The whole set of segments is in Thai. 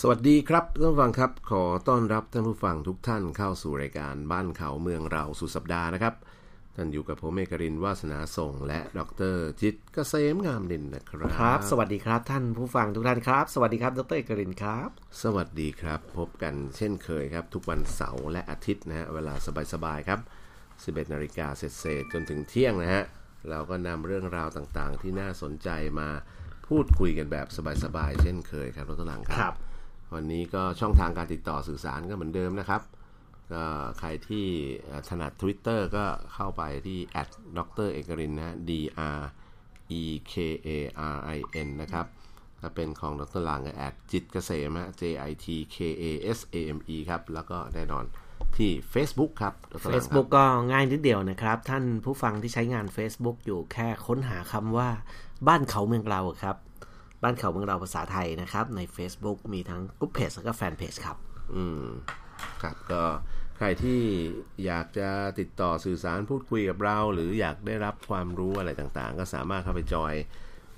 สวัสดีครับท่านผู้ฟังครับ ขอต้อนรับท่านผู้ฟังทุกท่านเข้าสู่รายการบ้านเขาเมืองเราสุดสัปดาห์นะครับ ท่านอยู่กับผมเอกรินทร์วาสนาส่งและดรจิตรเกษมงามดินนะครับ ครับ สวัสดีครับท่านผู้ฟังทุกท่านครับ สวัสดีครับดรเอกรินครับ สวัสดีครับ พบกันเช่นเคยครับ ทุกวันเสาร์และอาทิตย์นะฮะเวลาสบายๆครับ 11นาฬิกาเศษๆจนถึงเที่ยงนะฮะเราก็นำเรื่องราวต่างๆ ที่น่าสนใจมาพูดคุยกันแบบสบายๆเช่นเคยครับรถตลังครั ครับ วันนี้ก็ช่องทางการติดต่อสื่อสารก็เหมือนเดิมนะครับก็ใครที่เอ่อถนัด Twitter ก็เข้าไปที่ d r เอกรินนะฮะ d r e k a r i n นะครับถ้าเป็นของดรลังก็แอดจิตเกษมฮะ j i t k a s a m e ครับ แล้วก็แน่นอนที่ Facebook ครับดรลังครับ Facebook ก็ง่ายนิดเดียวนะครับ ท่านผู้ฟังที่ใช้งาน Facebook อยู่แค่ค้นหาคำว่า บ้านเขาเมืองเราครับ บ้านเขาเมืองเราภาษาไทยนะครับ ใน Facebook มีทั้งกรุ๊ปเพจแล้วก็แฟนเพจครับ อืมครับก็ใครที่อยากจะติดต่อสื่อสารพูดคุยกับเรา หรืออยากได้รับความรู้อะไรต่างๆ ก็สามารถเข้าไปจอย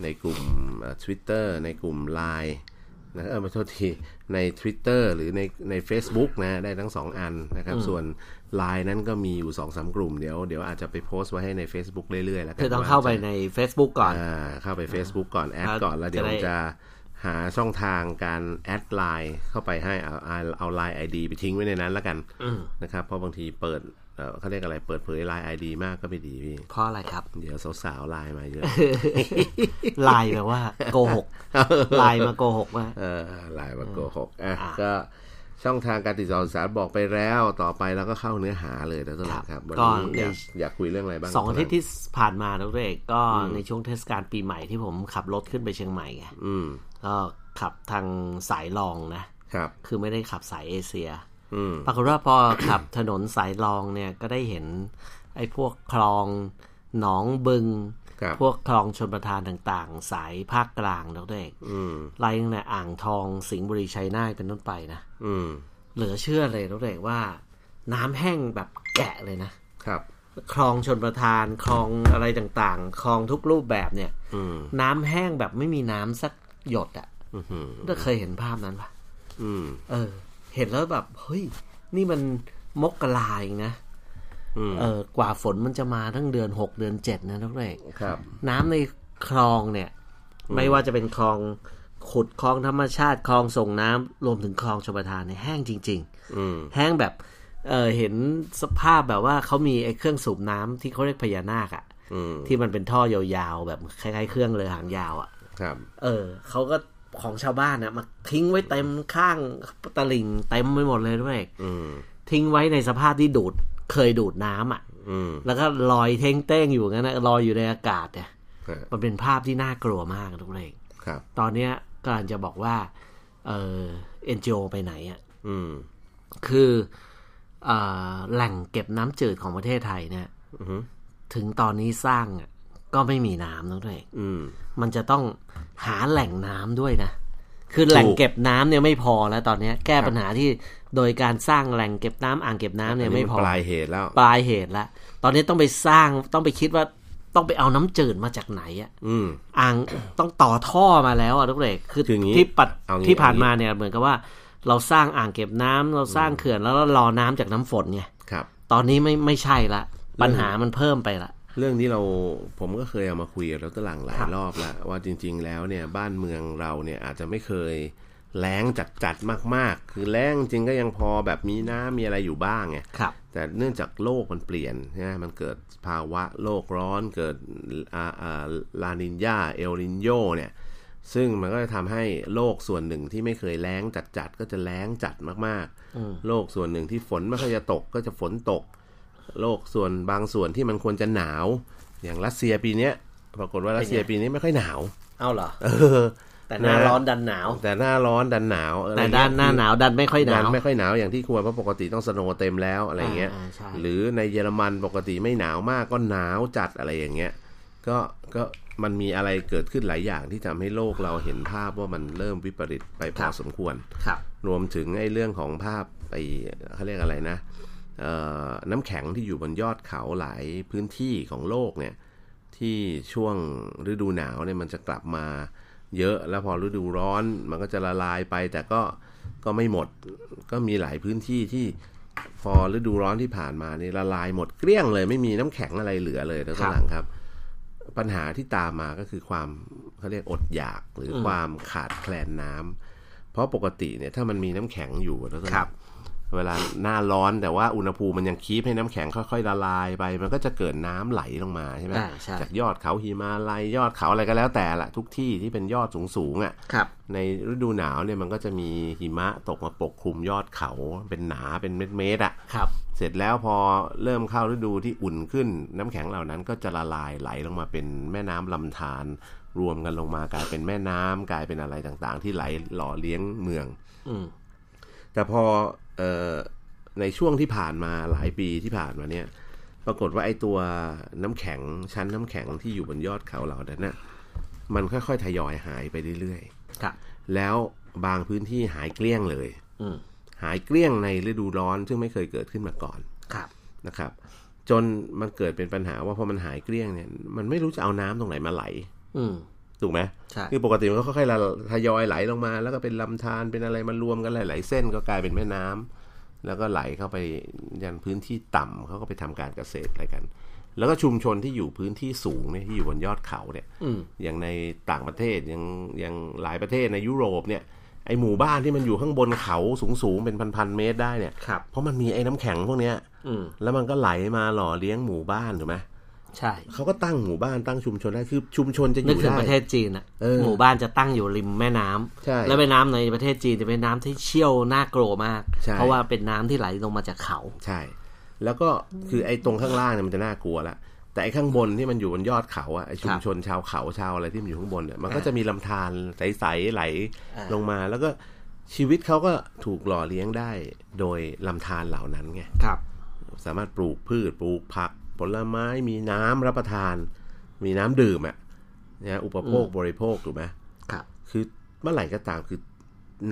ในกลุ่มเอ่อ Twitter ในกลุ่ม Line นะเออมาโทษที ใน Twitter หรือในใน a c e b o o k นะได้ทั้ง 2 อันนะครับ ส่วน Line นั้นก็มีอยู่2อสากลุ่มเดี๋ยวเดี๋ยวอาจจะไปโพสต์ไว้ให้ใน Facebook เรื่อยๆแล้วกัน คือต้องเข้าไป ว่จะ ใน Facebook ก่อน อ่าเข้าไป Facebook ก่อน แอด ครับ ก่อน แล้วเดี๋ยว จะได้ จะหาช่องทางการแอดไลน์เข้าไปให้เอาเอาเอาไลน์ไอดีไปทิ้งไว้ในนั้นแล้วกันนะครับเพราะบางทีเปิดเอ่อเขาเรียกอะไรเปิดเผยไลน์ไอดีมากก็ไม่ดีพี่ เพราะอะไรครับ เดี๋ยวสาวๆไลน์มา เยอะ ไลน์แปลว่าโกหกไลน์มาโกหกว่า เออไลน์มาโกหกอ่ะก็ช่องทางการติดต่อสื่อสารบอกไปแล้วต่อไปเราก็เข้าเนื้อหาเลยนะตลอดครับวันนี้ ก็อในยากอยากคุยเรื่องอะไรบ้าง สองอาทิตย์ ตลด ที่ผ่านมาดรเอกก็ในช่วงเทศกาลปีใหม่ที่ผมขับรถขึ้นไปเชียงใหม่ไง อืม ก็ขับทางสายรองนะ ครับ คือไม่ได้ขับสายเอเชีย อืม ปรากฏว่าพอ ขับถนนสายรองเนี่ยก็ได้เห็น ไอ้พวกคลองหนองบึง ครับ พวกคลองชนประทานต่างๆ สายภาคกลางแล้วเด็ก อืม ไล่ตั้งแต่อ่างทองสิงห์บุรีชัยนาทเป็นต้นไปนะ อืม เหลือเชื่อเลยแล้วเด็กว่า น้ำแห้งแบบแกะเลยนะ ครับ คลองชนประทานคลองอะไรต่างๆ คลองทุกรูปแบบเนี่ย อืม น้ำแห้งแบบไม่มีน้ำสักหยดอะ อือหือ เราเคยเห็นภาพนั้นปะ อืม เออ เห็นแล้วแบบเฮ้ย นี่มันมกราเองนะ อืม เออกว่าฝนมันจะมาทั้งเดือนหกเดือนเจ็ดนะทุกเรก ครับ น้ำในคลองเนี่ย ไม่ว่าจะเป็นคลองขุดคลองธรรมชาติคลองส่งน้ำรวมถึงคลองชลประทานเนี่ยแห้งจริง อืม ๆ แห้งแบบเออเห็นสภาพแบบว่าเขามีไอ้เครื่องสูบน้ำที่เขาเรียกพญานาคอะ อืม ที่มันเป็นท่อยาวๆแบบคล้ายๆเครื่องเรือหางยาวอะ ครับ เออเขาก็ของชาวบ้านนะมาทิ้งไว้เต็มข้างตะลิ่งเต็มไปหมดเลยด้วย อืม ทิ้งไว้ในสภาพที่ดูดเคยดูดน้ำอ่ะ อืม แล้วก็ลอยเท้งเต้งอยู่งั้นนะลอยอยู่ในอากาศเนี่ย ฮะ มันเป็นภาพที่น่ากลัวมากทุกเอง ครับ ตอนเนี้ยกำลังจะบอกว่าเออเอ็นจไปไหนอ่ะ อืม คือเอ่อแหล่งเก็บน้ำจืดของประเทศไทยเนี่ย อือหือ ถึงตอนนี้สร้างอ่ะก็ไม่มีน้ำทุกเอง อืม มันจะต้องหาแหล่งน้ำด้วยนะ คือแหล่งเก็บน้ำเนี่ยไม่พอแล้วตอนเนี้ยแก้ปัญหาที่โดยการสร้างแหล่งเก็บน้ำอ่างเก็บน้ำเนี่ยไม่พอ นปลายเหตุแล้ว ปลายเหตุละตอนนี้ต้องไปสร้างต้องไปคิดว่าต้องไปเอาน้ำจืดมาจากไหนอะ อืม อ่างต้องต่อท่อมาแล้วอะทุกเด็กคือ คืออย่างงี้ ที่ปัด เอางี้ ที่ผ่านมาเนี่ยเหมือนกับว่า เราสร้างอ่างเก็บน้ำเราสร้างเขื่อนแล้วเรารอน้ำจากน้ำฝนไง ครับ ตอนนี้ไม่ไม่ใช่ละปัญหามันเพิ่มไปละ เรื่องนี้เราผมก็เคยเอามาคุยกับดรหลังหลายรอบแล้วว่าจริง ๆ แล้วเนี่ยบ้านเมืองเราเนี่ยอาจจะไม่เคยแล้งจัดๆมาก ๆ คือแล้งจริงก็ยังพอแบบมีน้ำมีอะไรอยู่บ้างไง ครับ แต่เนื่องจากโลกมันเปลี่ยนใช่ไหมมันเกิดภาวะโลกร้อนเกิดอ่าอ่าลานินยาเอลนินโยเนี่ย ซึ่งมันก็จะทำให้โลกส่วนหนึ่งที่ไม่เคยแล้งจัดๆก็จะแล้งจัดมากๆ โลกส่วนหนึ่งที่ฝนไม่ค่อยจะตกก็จะฝนตก โลกส่วนบางส่วนที่มันควรจะหนาว อย่างรัสเซียปีเนี้ยปรากฏว่ารัสเซียปีนี้ไม่ค่อยหนาว เอาเหรอ เออ แต่หน้า นะ ร้อนดันหนาว แต่หน้าร้อนดันหนาวอะไร แต่ เงี้ย ด้านหน้าหนาวดันไม่ค่อยห ดั นาน ว ไม่ค่อยหนาวอย่างที่ควรเพราะปกติต้องสโนว์เต็มแล้วอะไรเงี้ย อ่าใช่ หรือในเยอรมันปกติไม่หนาวมากก็หนาวจัดอะไรอย่างเงี้ยก็ก็มันมีอะไรเกิดขึ้นหลายอย่างที่ทำให้โลกเราเห็นภาพว่ามันเริ่มวิปริตไปพอสมควร ครับ รวมถึงไอ้เรื่องของภาพไอ้เขาเรียกอะไรนะเอ่อน้ำแข็งที่อยู่บนยอดเขาหลายพื้นที่ของโลกเนี่ยที่ช่วงฤดูหนาวเนี่ยมันจะกลับมาเยอะแล้วพอฤดูร้อนมันก็จะละลายไป แต่ก็ ก็ไม่หมด ก็มีหลายพื้นที่ที่พอฤดูร้อนที่ผ่านมานี่ละลายหมดเกลี้ยงเลย ไม่มีน้ำแข็งอะไรเหลือเลยแล้ว ครับ หลังครับ ปัญหาที่ตามมาก็คือความเขาเรียกอดอยากหรืออความขาดแคลนน้ำเพราะปกติเนี่ยถ้ามันมีน้ำแข็งอยู่แล้วก็ ครับ เวลาหน้าร้อนแต่ว่าอุณหภูมิมันยังคีบให้น้ำแข็งค่อยๆละลายไป มันก็จะเกิดน้ำไหลลงมาใช่ไหม อ่าใช่ จากยอดเขาหิมาลัยยอดเขาอะไรก็แล้วแต่ละทุกที่ที่เป็นยอดสูงๆอ่ะ ครับ ในฤดูหนาวเนี่ยมันก็จะมีหิมะตกมาปกคลุมยอดเขาเป็นหนาเป็นเม็ดๆอะ่ะ ครับ เสร็จแล้วพอเริ่มเข้าฤดูที่อุ่นขึ้น น้ำแข็งเหล่านั้นก็จะละลายไหลลงมาเป็นแม่น้ำลำธารรวมกันลงมากลายเป็นแม่น้ำกลายเป็นอะไรต่างๆ ที่ไหลหล่อเลี้ยงเมือง อืม แต่พอเออในช่วงที่ผ่านมาหลายปีที่ผ่านมาเนี่ย ปรากฏว่าไอ้ตัวน้ำแข็งชั้นน้ำแข็งที่อยู่บนยอดเขาเหล่านั้นน่ะมันค่อยๆทยอยหายไปเรื่อยๆ ครับ แล้วบางพื้นที่หายเกลี้ยงเลย อืม หายเกลี้ยงในฤดูร้อนซึ่งไม่เคยเกิดขึ้นมาก่อน ครับ นะครับ จนมันเกิดเป็นปัญหาว่าพอมันหายเกลี้ยงเนี่ยมันไม่รู้จะเอาน้ำตรงไหนมาไหล อืม ถูกไหม ใช่ คือปกติมันก็ค่อยๆละทยอยไหลลงมา แล้วก็เป็นลำธารเป็นอะไรมารวมกันหลายๆเส้นก็กลายเป็นแม่น้ำแล้วก็ไหลเข้าไปยันพื้นที่ต่ำเขาก็ไปทำการเกษตรอะไรกัน แล้วก็ชุมชนที่อยู่พื้นที่สูงเนี่ยที่อยู่บนยอดเขาเนี่ย อืม อย่างในต่างประเทศอย่างอย่างหลายประเทศในยุโรปเนี่ยไอหมู่บ้านที่มันอยู่ข้างบนเขาสูงๆเป็นพันๆเมตรได้เนี่ย ครับ เพราะมันมีไอ้น้ำแข็งพวกเนี้ย อืม แล้วมันก็ไหลมาหล่อเลี้ยงหมู่บ้านถูกไหม ใช่ เขาก็ตั้งหมู่บ้านตั้งชุมชนได้คือชุมชนจะอ นึก ยู่ ถึง ได้ ประเทศจีนอะ เออ หมู่บ้านจะตั้งอยู่ริมแม่น้ำ ใช่ และแม่น้ำในประเทศจีนจะเป็นน้ำที่เชี่ยวน่ากลัวมาก ใช่ เพราะว่าเป็นน้ำที่ไหลลงมาจากเขา ใช่ แล้วก็คือไอ้ตรงข้างล่างเนี่ยมันจะน่ากลัวละแต่ไอ้ข้างบนที่มันอยู่บนยอดเขาอะไอ้ชุมชนชาวเขาชาวอะไรที่มันอยู่ข้างบนเนี่ยมันก็จะมีลำธารใสๆไหล อ่า ลงมา แล้วก็ชีวิตเขาก็ถูกหล่อเลี้ยงได้โดยลำธารเหล่านั้นไง ครับ สามารถปลูกพืชปลูกผัก ผลไม้มีน้ำรับประทาน มีน้ำดื่มอ่ะนะอุปโภคบริโภคถูกไหม ครับ คือเมื่อไหร่ก็ตามคือ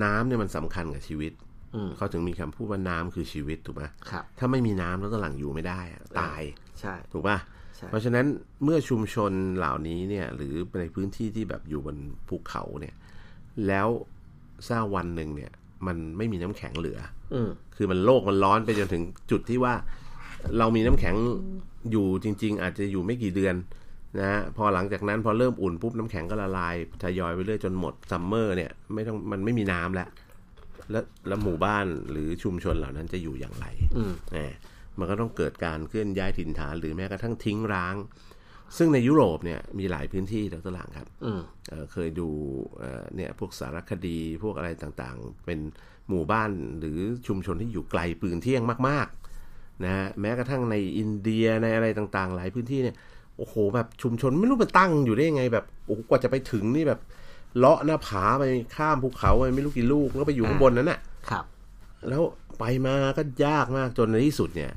น้ำเนี่ยมันสำคัญกับชีวิต อืม เขาถึงมีคำพูดว่าน้ำคือชีวิตถูกไหม ครับ ถ้าไม่มีน้ำแล้วตอนหลังอยู่ไม่ได้อะตาย ใช่ ถูกป่ะ ใช่ เพราะฉะนั้นเมื่อชุมชนเหล่านี้เนี่ย หรือในพื้นที่ที่แบบอยู่บนภูเขาเนี่ย แล้วสร้างวันหนึ่งเนี่ย มันไม่มีน้ำแข็งเหลือ อืม คือมันโลกมันร้อนไปจนถึงจุดที่ว่า เรามีน้ำแข็งอยู่จริง ๆ อาจจะอยู่ไม่กี่เดือนนะฮะพอหลังจากนั้นพอเริ่มอุ่นปุ๊บน้ำแข็งก็ละลายทยอยไปเรื่อยจนหมดซัมเมอร์เนี่ยไม่ต้องมันไม่มีน้ำแล้วแล้วแล้วหมู่บ้านหรือชุมชนเหล่านั้นจะอยู่อย่างไร อืม นะมันก็ต้องเกิดการเคลื่อนย้ายถิ่นฐานหรือแม้กระทั่งทิ้งร้าง ซึ่งในยุโรปเนี่ยมีหลายพื้นที่ดรหลังครับ อืม เอ่อเคยดูเอ่อเนี่ยพวกสารคดีพวกอะไรต่างๆ เป็นหมู่บ้านหรือชุมชนที่อยู่ไกลปืนเที่ยงมากๆนะฮะแม้กระทั่งในอินเดียในอะไรต่างๆ หลายพื้นที่เนี่ยโอ้โหแบบชุมชนไม่รู้มันตั้งอยู่ได้ยังไงแบบโอ้โหกว่าจะไปถึงนี่แบบเลาะหน้าผาไปข้ามภูเขาไปไม่รู้กี่ลูกแล้วไปอยู่ข้างบนนั้นน่ะ ครับ แล้วไปมาก็ยากมากจนในที่สุดเนี่ย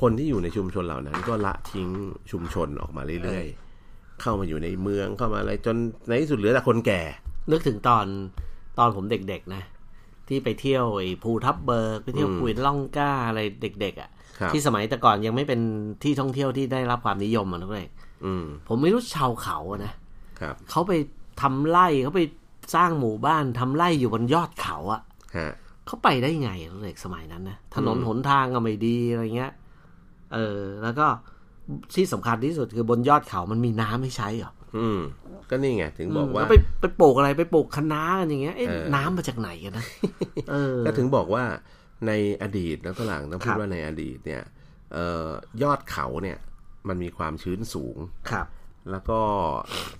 คนที่อยู่ในชุมชนเหล่านั้นก็ละทิ้งชุมชนออกมาเรื่อยๆ เข้ามาอยู่ในเมืองเข้ามาอะไรจนในที่สุดเหลือแต่คนแก่ นึกถึงตอนตอนผมเด็กๆนะ ที่ไปเที่ยวไอ้ภูทับเบิกไปเที่ยวกุยล่องกล้าอะไรเด็ก ๆ อ่ะ ครับ ที่สมัยแต่ก่อนยังไม่เป็นที่ท่องเที่ยวที่ได้รับความนิยมอ่ะทุกท่าน อืม ผมไม่รู้ชาวเขาอะนะครับ เขาไปทำไร่เขาไปสร้างหมู่บ้านทำไร่อยู่บนยอดเขาอ่ะ ฮะ เขาไปได้ไงอะทุกท่านสมัยนั้นนะถนนหนทางก็ไม่ดีอะไรเงี้ยเออ แล้วก็ที่สำคัญที่สุดคือบนยอดเขามันมีน้ำให้ใช้เหรอ อืมก็นี่ไงถึงบอกว่า แล้วไปไปปลูกอะไรไปปลูกคะน้ากันอย่างเงี้ยเอ๊ะ เออ น้ำมาจากไหนกันนะเออ ก็ถึงบอกว่าในอดีตนะตหลังต้องพู ครั ด บ ว่าในอดีตเนี่ยเอ่อยอดเขาเนี่ย มันมีความชื้นสูง ครับ แล้วก็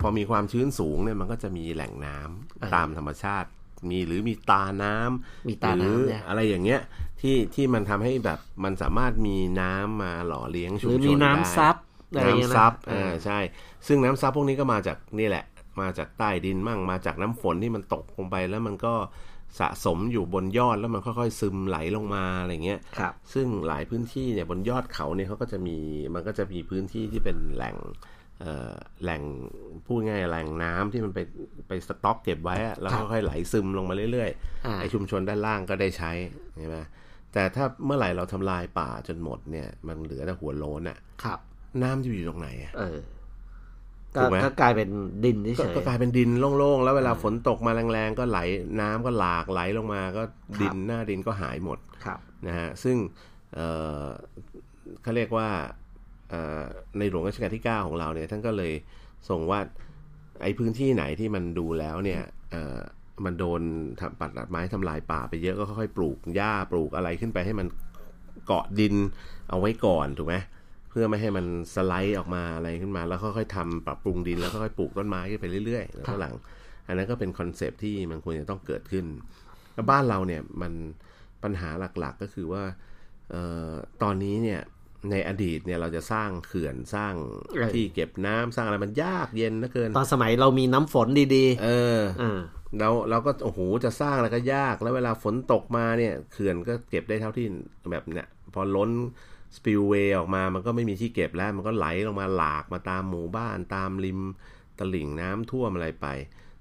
พอมีความชื้นสูงเนี่ยมันก็จะมีแหล่งน้ำ เออ ตามธรรมชาติ มีหรือมีตาน้ำ มีตาหน้ำรือ เนี่ย อะไรอย่างเงี้ยที่ที่มันทำให้แบบมันสามารถมีน้ำมาหล่อเลี้ยง ห ชุม รือ ช มี น น้ำ ได้ ซับอะไรอย่างเงี้ย น้ำ นะ ซับ เอ อ่า อ ใช่ ซึ่งน้ำซับพวกนี้ก็มาจากนี่แหละ มาจากใต้ดินมั่งมาจากน้ำฝนที่มันตกลงไปแล้วมันก็สะสมอยู่บนยอดแล้วมันค่อยๆ ซึมไหลลงมาอะไรเงี้ย ครับ ซึ่งหลายพื้นที่เนี่ยบนยอดเขาเนี่ยเขาก็จะมีมันก็จะมีพื้นที่ที่เป็นแหล่งเอ่อแหล่งพูดง่ายๆแหล่งน้ำที่มันไปไปสต็อกเก็บไว้อะแล้ว ครับ ค่อยๆไหลซึมลงมาเรื่อย อ่า ๆไอชุมชนด้านล่างก็ได้ใช้ใช่ไหมแต่ถ้าเมื่อไหร่เราทำลายป่าจนหมดเนี่ยมันเหลือแต่หัวโล้นอะ ครับ น้ำจะไปอยู่ตรงไหนอะ เออ ก็ ถูกไหม ก็กลายเป็นดินเฉ ก็ ย ก็กลายเป็นดินโล่งๆ แล้วเวลาฝนตกมาแรงๆ ก็ไหลน้ำก็หลากไหลลงมาก็ดิน ครับ หน้าดินก็หายหมด ๆครับ นะฮะซึ่งเอ่อเขาเรียกว่าเอ่อในหลวงรัชกาลที่ 9 ของเราเนี่ยท่านก็เลยส่งว่าไอ้พื้นที่ไหนที่มันดูแล้วเนี่ยเอ่อมันโดนทำปัดตัดไม้ทำลายป่าไปเยอะก็ค่อยๆปลูกหญ้าปลูกอะไรขึ้นไปให้มันเกาะดินเอาไว้ก่อนถูกไหม เพื่อไม่ให้มันสไลด์ออกมาอะไรขึ้นมา แล้วค่อยๆทำปรับปรุงดินแล้วค่อยๆปลูกต้นไม้ขึ้นไปเรื่อยๆแล้วก็หลัง อันนั้นก็เป็นคอนเซปต์ที่มันควรจะต้องเกิดขึ้นแล้วบ้านเราเนี่ยมันปัญหาหลักๆก็คือว่าเออตอนนี้เนี่ยในอดีตเนี่ยเราจะสร้างเขื่อนสร้าง เออ ที่เก็บน้ำสร้างอะไรมันยากเย็นเหลือเกิน ตอนสมัยเรามีน้ำฝนดี เออ ๆอ่า แล้วเราก็โอ้โหจะสร้างอะไรก็ยากแล้วเวลาฝนตกมาเนี่ยเขื่อนก็เก็บได้เท่าที่แบบเนี่ยพอล้นสปิ l เวย์ออกมามันก็ไม่มีที่เก็บแล้ว มันก็ไหลลงมาหลากมาตามหมู่บ้านตามริมตลิ่งน้ำท่วมอะไรไป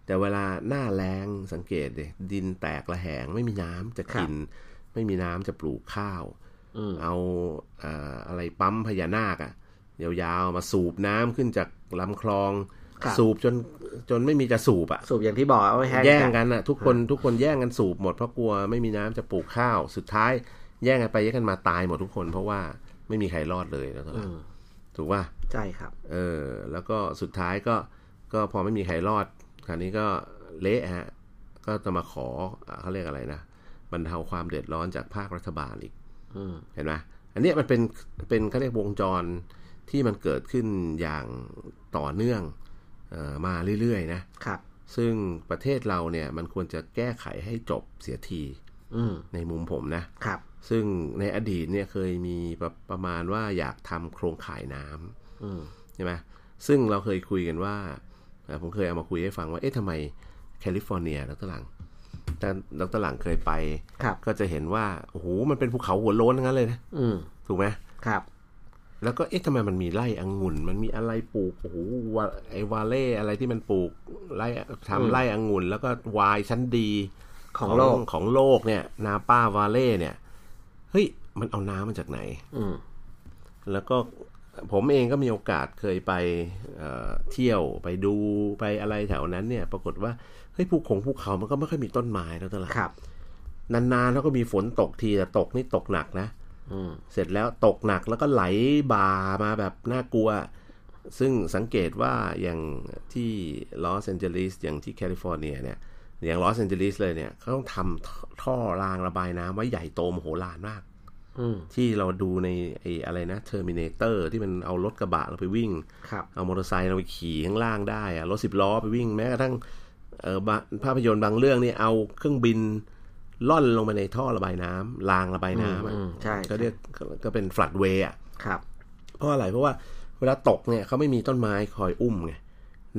แต่เวลาหน้าแรงสังเกตดิดินแตกระแหง ไม่มีน้ำจะกิน ไม่มีน้ำจะปลูกข้าว อืม เอาเอ่ออะไรปั๊มพญานาคอะยาวๆมาสูบน้ำขึ้นจากลำคลอง สูบจนจนไม่มีจะสูบอะ สูบอย่างที่บอกเอาไว้แห้ง แย่ง กัน กันอ่ะทุกคนทุกคนแย่งกันสูบหมดเพราะกลัวไม่มีน้ำจะปลูกข้าว สุดท้ายแย่งกันไปแย่งกันมาตายหมดทุกคน เพราะว่าไม่มีใครรอดเลยแล้วก็ อืม ถูกป่ะ ใช่ครับ เออ แล้วก็สุดท้ายก็ก็พอไม่มีใครรอดคราวนี้ก็เละฮะ ก็จะมาขออ่ะเขาเรียกอะไรนะบรรเทาความเดือดร้อนจากภาครัฐบาลอีก อืม เห็นไหมอันเนี้ยมันเป็นเป็นเขาเรียกวงจรที่มันเกิดขึ้นอย่างต่อเนื่องเออมาเรื่อยๆนะ ครับ ซึ่งประเทศเราเนี่ยมันควรจะแก้ไขให้จบเสียที อืม ในมุมผมนะ ครับ ซึ่งในอดีตเนี่ยเคยมีประประมาณว่าอยากทำโครงข่ายน้ อืม ำใช่ไหมซึ่งเราเคยคุยกันว่าเอ่อผมเคยเอามาคุยให้ฟังว่า เอ๊ะทำไมแคลิฟอร์เนียดรหลังแต่ดรหลังเคยไป ครับ ก็จะเห็นว่าโอ้โหมันเป็นภูเขาหัวโล้นทั้งนั้นเลยนะ อืม ถูกไหม ครับ แล้วก็เอ๊ะทำไมมันมีไร่องุ่น มันมีอะไรปลูกโอ้โหวาไอวาเล่อะไรที่มันปลูกไร่ทำไร่องุ่น แล้วก็วายชั้นดี ของโลก ของโลกเนี่ย นาป้าวาเล่เนี่ยเฮ้ยมันเอาน้ำมาจากไหน อืม แล้วก็ผมเองก็มีโอกาสเคยไปเอ่อเที่ยวไปดูไปอะไรแถวนั้นเนี่ย ปรากฏว่าเฮ้ยภูเขงภูเขามันก็ไม่ค่อยมีต้นไม้แล้วตลาด ครับ นานๆแล้วก็มีฝนตกทีแต่ตกนี่ตกหนักนะ อืม เสร็จแล้วตกหนักแล้วก็ไหลบ่ามาแบบน่ากลัว ซึ่งสังเกตว่าอย่างที่ลอสแอนเจลิสอย่างที่แคลิฟอร์เนียเนี่ย อย่างลอสแอนเจลิสเลยเนี่ยเขาต้องทำท่อรางระบายน้ำไว้ใหญ่โตมโหฬารมาก อืม ที่เราดูในไอ้อะไรนะเทอร์มินเตอร์ที่มันเอารถกระบะเราไปวิ่ง ครับ เอามอเตอร์ไซค์เราไปขี่ข้างล่างได้อะรถสิบล้อไปวิ่งแม้กระทั่งเออบะภาพยนตร์บางเรื่องนี่เอาเครื่องบินล่อนลงไปในท่อระบายน้ำรางระบายน้ำอะ อืมใช่ ก็เรียกก็เป็นฟลัดเวย์อะ ครับ เพราะอะไรเพราะว่าเวลาตกเนี่ยเขาไม่มีต้นไม้คอยอุ้มไง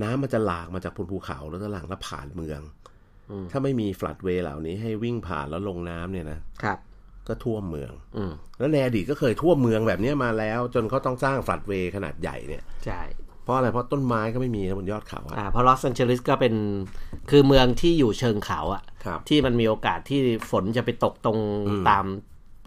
น้ำมันจะหลากมาจากบนภูเขาแล้วก็หลังแล้วผ่านเมือง อืม ถ้าไม่มีฟลัดเวย์เหล่านี้ให้วิ่งผ่านแล้วลงน้ำเนี่ยนะครับ ก็ท่วมเมือง อืม แล้วในอดีตก็เคยท่วมเมืองแบบเนี้ยมาแล้ว จนเขาต้องสร้างฟลัดเวย์ขนาดใหญ่เนี่ย ใช่ เพราะอะไรเพราะต้นไม้ก็ไม่มีนะบนยอดเขาอะ อ่าเพราะลอสแอนเจลิสก็เป็นคือเมืองที่อยู่เชิงเขาอะ ครับ ที่มันมีโอกาสที่ฝนจะไปตกตรงตาม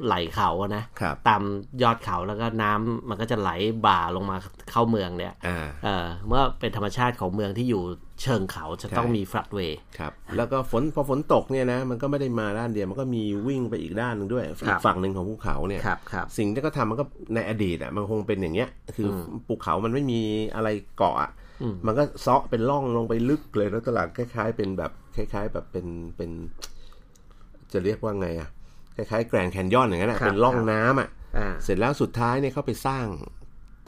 ไหลเขาอะนะครับ ตามยอดเขาแล้วก็น้ำมันก็จะไหลบ่าลงมาเข้าเมืองเนี่ย อ่า เออเมื่อเป็นธรรมชาติของเมืองที่อยู่เชิงเขาจะต้องมีฟลัดเวย์ ครับ แล้วก็ฝนพอฝนตกเนี่ยนะมันก็ไม่ได้มาด้านเดียวมันก็มีวิ่งไปอีกด้านหนึ่งด้วยอีกฝั่งหนึ่งของภูเขาเนี่ย ครับครับ สิ่งที่เขาทำมันก็ในอดีตอ่ะมันคงเป็นอย่างเงี้ย คืออภูเขามันไม่มีอะไรเกาะอะมันก็เซาะเป็นร่องลงไปลึกเลยแล้วตลาดคล้าย ๆ เป็นแบบคล้าย ๆ แบบเป็นเป็น จะเรียกว่าไงอ่ะคล้ายๆแกรนแคนยอนอย่างนั้นอะเป็นร่องน้ำอ่ะ อ่า เสร็จแล้วสุดท้ายเนี่ยเขาไปสร้าง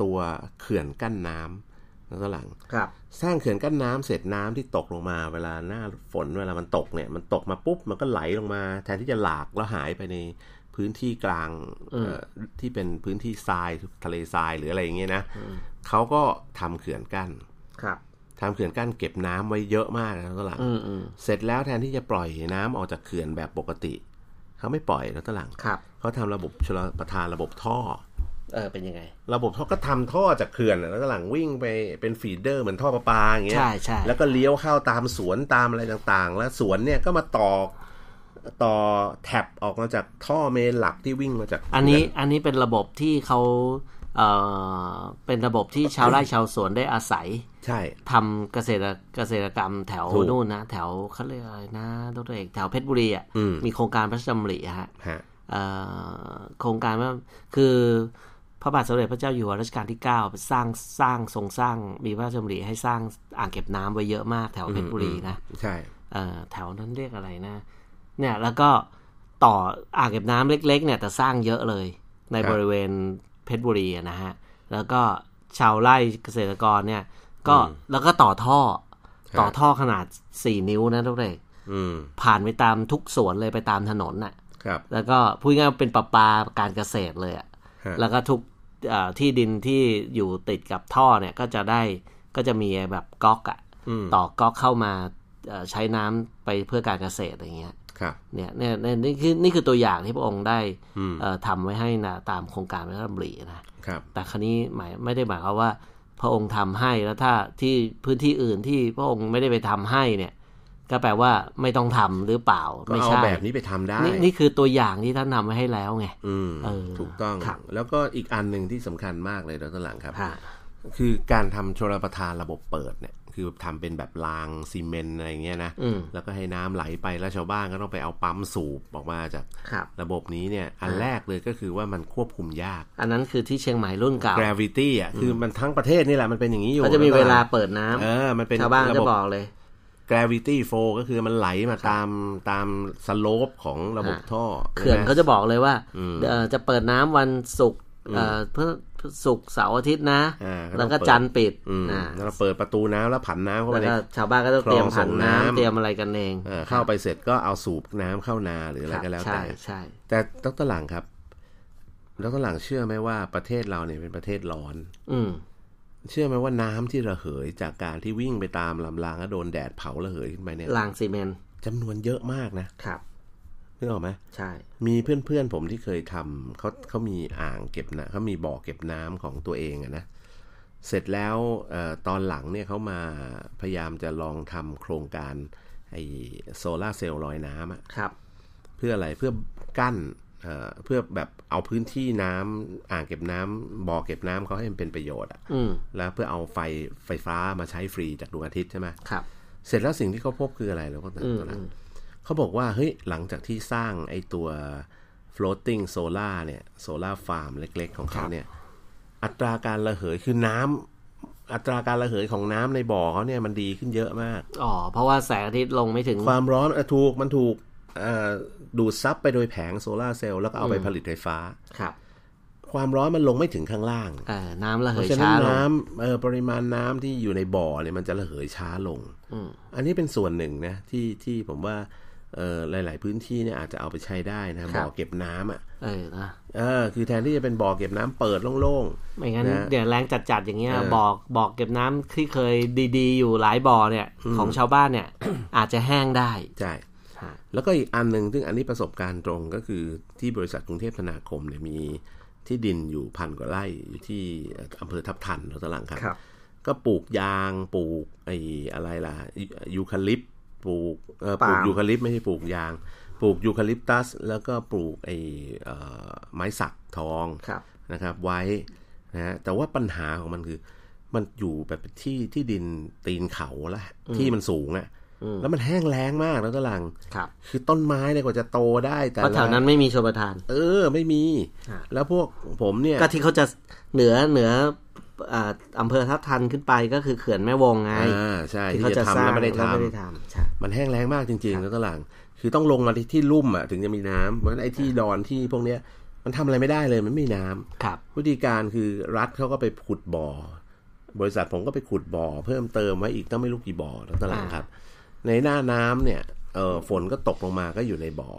ตัวเขื่อนกั้นน้ำแล้วก็หลัง ครับ สร้างเขื่อนกั้นน้ำเสร็จน้ำที่ตกลงมาเวลาหน้าฝนเวลามันตกเนี่ย มันตกมาปุ๊บมันก็ไหลลงมา แทนที่จะหลากแล้วหายไปในพื้นที่กลางเอ่อที่เป็นพื้นที่ทรายทะเลทรายหรืออะไรอย่างเงี้ยนะเขาก็ทำเขื่อนกั้น ครับ ทำเขื่อนกั้นเก็บน้ำไว้เยอะมากนะตอนหลัง อืมอืม เสร็จแล้วแทนที่จะปล่อยน้ำออกจากเขื่อนแบบปกติเขาไม่ปล่อยนะตอนหลัง ครับ เขาทำระบบชลประทานระบบท่อ เออเป็นยังไง ระบบท่อก็ทำท่อจากเขื่อนน่ะแล้วตอนหลังวิ่งไปเป็นฟีดเดอร์เหมือนท่อประปาอย่างเงี้ย ใช่ใช่ แล้วก็เลี้ยวเข้าตามสวนตามอะไรต่างๆ แล้วสวนเนี่ยก็มาต่อต่อแท็บออกมาจากท่อเมนหลักที่วิ่งมาจาก อันนี้อันนี้เป็นระบบที่เขา เอ่อเป็นระบบที่ชาวไร่ชาวสวนได้อาศัย ใช่ ทำเกษตรเกษตรกรรมแถว ถูก นู่นนะ แถวเขาเรียกอะไรนะดรเอกแถวเพชรบุรีอ่ะ อืม มีโครงการพระราชดำริอะฮะ ฮะ เอ่อโครงการว่าคือพระบาทสมเด็จพระเจ้าอยู่หัวรัชกาลที่ 9 สร้างสร้างทรงสร้างมีพระราชดำริให้สร้างอ่างเก็บน้ำไว้เยอะมากแถวเพชรบุรีนะ ใช่ เอ่อแถวนั้นเรียกอะไรนะ เนี่ยแล้วก็ต่ออ่างเก็บน้ำเล็ก ๆ เนี่ยแต่สร้างเยอะเลย ใน ครับ บริเวณเพชรบุรีอะนะฮะแล้วก็ชาวไร่เกษตรกรเนี่ยก็แล้วก็ต่อท่อต่อท่อขนาด 4 นิ้วนะทุกเด็ก อืม ผ่านไปตามทุกสวนเลยไปตามถนนน่ะ ครับ แล้วก็พูดง่ายๆเป็นประปาการเกษตรเลยอะ ฮะ แล้วก็ทุกเอ่อที่ดินที่อยู่ติดกับท่อเนี่ยก็จะได้ก็จะมีแบบก๊อกอะ ม ต่อก๊อกเข้ามาเอ่อใช้น้ำไปเพื่อการเกษตรอะไรเงี้ย ครับ เนี่ยเนี่ยเนี่ยนี่คือนี่คือตัวอย่างที่พระองค์ได้ อืม เอ่อทำไว้ให้นะตามโครงการพระราชดำรินะครับ แต่ครั้นี้หมายไม่ได้หมายความว่าพระองค์ทำให้แล้วถ้าที่พื้นที่อื่นที่พระองค์ไม่ได้ไปทำให้เนี่ย ก็แปลว่าไม่ต้องทำหรือเปล่า ก็ ไม่ เอา ใช่ แบบนี้ไปทำได้ นี่นี่คือตัวอย่างที่ท่านทำไว้ให้แล้วไง อืม เออ ถูกต้อง ครับ แล้วก็อีกอันหนึ่งที่สำคัญมากเลยดรหลังครับ ฮะ คือการทำชลประทานระบบเปิดเนี่ย คือทำเป็นแบบรางซีเมนต์อะไรอย่างเงี้ยนะ อืม แล้วก็ให้น้ำไหลไปแล้วชาวบ้านก็ต้องไปเอาปั๊มสูบออกมาจาก ครับ ระบบนี้เนี่ย อันแรกเลยก็คือว่ามันควบคุมยาก อันนั้นคือที่เชียงใหม่รุ่นเก่า gravity อ่ะ คือมันทั้งประเทศนี่แหละ มันเป็นอย่างนี้อยู่ เขาจะมีเวลา ดรห เปิดน้ำ งเออ มันเป็น ชาวบ้าน ระ จะ บบ บอกเลย gravity flow ก็คือมันไหลมาตามตามสโลปของระบบ ฮะ ท่อ เขื่อน ใช่ไหม เขาจะบอกเลยว่า อืม เอ่อจะเปิดน้ำวันศุกร์เอ่อเพื่อศุกร์เสาร์อาทิตย์นะ อ่าก็ต้อง แล้วก็จันทร์ปิด อืม อ่า แล้วเราเปิดประตูน้ำแล้วผันน้ำเข้าไป แล้ว ใน ก็ชาวบ้านก็ต้องเตรียม คลองส่ ผัน ง น้ำ น้ำ เตรียมอะไรกันเอง เอ่อเข้าไปเสร็จก็เอาสูบน้ำเข้านาหรืออะไรก็แล้ว ใช่ แต่ ใช่ แต่ดรหลังครับดรหลังเชื่อไหมว่าประเทศเราเนี่ยเป็นประเทศร้อน อืม เชื่อไหมว่าน้ำที่ระเหยจากการที่วิ่งไปตามลำรางแล้วโดนแดดเผาระเหยขึ้นไปเนี่ย รางซีเมนต์ จำนวนเยอะมากนะครับ นึกออกไหม ใช่ มีเพื่อนๆผมที่เคยทำเขาเขามีอ่างเก็บนะเขามีบ่อเก็บน้ำของตัวเองอะนะเสร็จแล้วเออตอนหลังเนี่ยเขามาพยายามจะลองทำโครงการไอโซลาร์เซลล์ลอยน้ำอะ ครับ เพื่ออะไรเพื่อกั้นเอ่อเพื่อแบบเอาพื้นที่น้ำอ่างเก็บน้ำบ่อเก็บน้ำเขาให้มันเป็นประโยชน์อะ อืม แล้วเพื่อเอาไฟไฟฟ้ามาใช้ฟรีจากดวงอาทิตย์ใช่ไหม ครับ เสร็จแล้วสิ่งที่เขาพบคืออะไรแล้วก็ตัดตัวหลังเขาบอกว่าเฮ้ยหลังจากที่สร้างไอ้ตัว floating solar เนี่ย solar farm เล็กๆ ของเขาเนี่ย อัตราการระเหยคือน้ำอัตราการระเหยของน้ำในบ่อเขาเนี่ยมันดีขึ้นเยอะมาก อ๋อเพราะว่าแสงอาทิตย์ลงไม่ถึง ความร้อนอ่ะถูกมันถูกเอ่อดูดซับไปโดยแผงโซลาร์เซลล์แล้วก็เอาไปผลิตไฟฟ้า ครับ ความร้อนมันลงไม่ถึงข้างล่าง เอ่อน้ำระ เพ เหย ราะฉะนั้ ช้าน ลง น้ำเอ่อปริมาณน้ำที่อยู่ในบ่อเนี่ยมันจะระเหยช้าลง อืม อันนี้เป็นส่วนหนึ่งนะที่ที่ผมว่าเอ่อหลาย ๆ พื้นที่เนี่ยอาจจะเอาไปใช้ได้นะบ่อเก็บน้ำอ่ะ เออนะ เออคือแทนที่จะเป็นบ่อเก็บน้ำเปิดโล่ง ไม่งั้น นะ เดี๋ยวแรงจัดๆอย่างเงี้ย เออ บอกบอกเก็บน้ำที่เคยดีๆ อยู่หลายบ่อเนี่ย ของชาวบ้านเนี่ย อาจจะแห้งได้ ๆใช่ ฮะ แล้วก็อีกอันหนึ่งซึ่งอันนี้ประสบการณ์ตรงก็คือที่บริษัทกรุงเทพธนาคมเนี่ยมีที่ดินอยู่พันกว่าไร่อยู่ที่เอ่ออำเภอทับทันเราตะลังครับ ก็ปลูกยางปลูกไอ้อะไรล่ะยูยูคาลิปต์ปลูกเออปลูก ปาล์ม ยูคาลิปต์ไม่ใช่ปลูกยาง ปลูกยูคาลิปตัส แล้วก็ปลูกไอ้เอ่อไม้สักทอง ครับ นะครับไว้นะฮะแต่ว่าปัญหาของมันคือ มันอยู่แบบที่ที่ดินตีนเขาละที่มันสูงอะ อืม แล้วมันแห้งแล้งมากแล้วก็ลัง ครับ คือต้นไม้เนี่ยกว่าจะโตได้แต่ เพราะแถวนั้นไม่มีชนประทาน เออไม่มี อ่า แล้วพวกผมเนี่ย ก็ที่เขาจะเหนือเหนืออ่าอำเภอทับทันขึ้นไปก็คือเขื่อนแม่วงไง อ่าใช่ ที่ ที่ เขาจะ จะ ส ทำ ร้าง แล้วไม่ได้ แล้วทำไม่ได้ทำใช่ มันแห้งแล้งมากจริงๆแล้วก็หลัง คือต้องลงมาที่ที่ลุ่มอ่ะถึงจะมีน้ำเพราะฉะนั้นไอ้ที่ดอนที่พวกเนี้ยมันทำอะไรไม่ได้เลยมันไม่มีน้ำ ครับ วิธีการคือรัฐเขาก็ไปขุดบ่อ บริษัทผมก็ไปขุดบ่อ เพิ่มเติมไว้อีกต้องไม่รู้กี่บ่อแล้วตลาดครับ ในหน้าน้ำเนี่ยเออฝนก็ตกลงมาก็อยู่ในบ่อ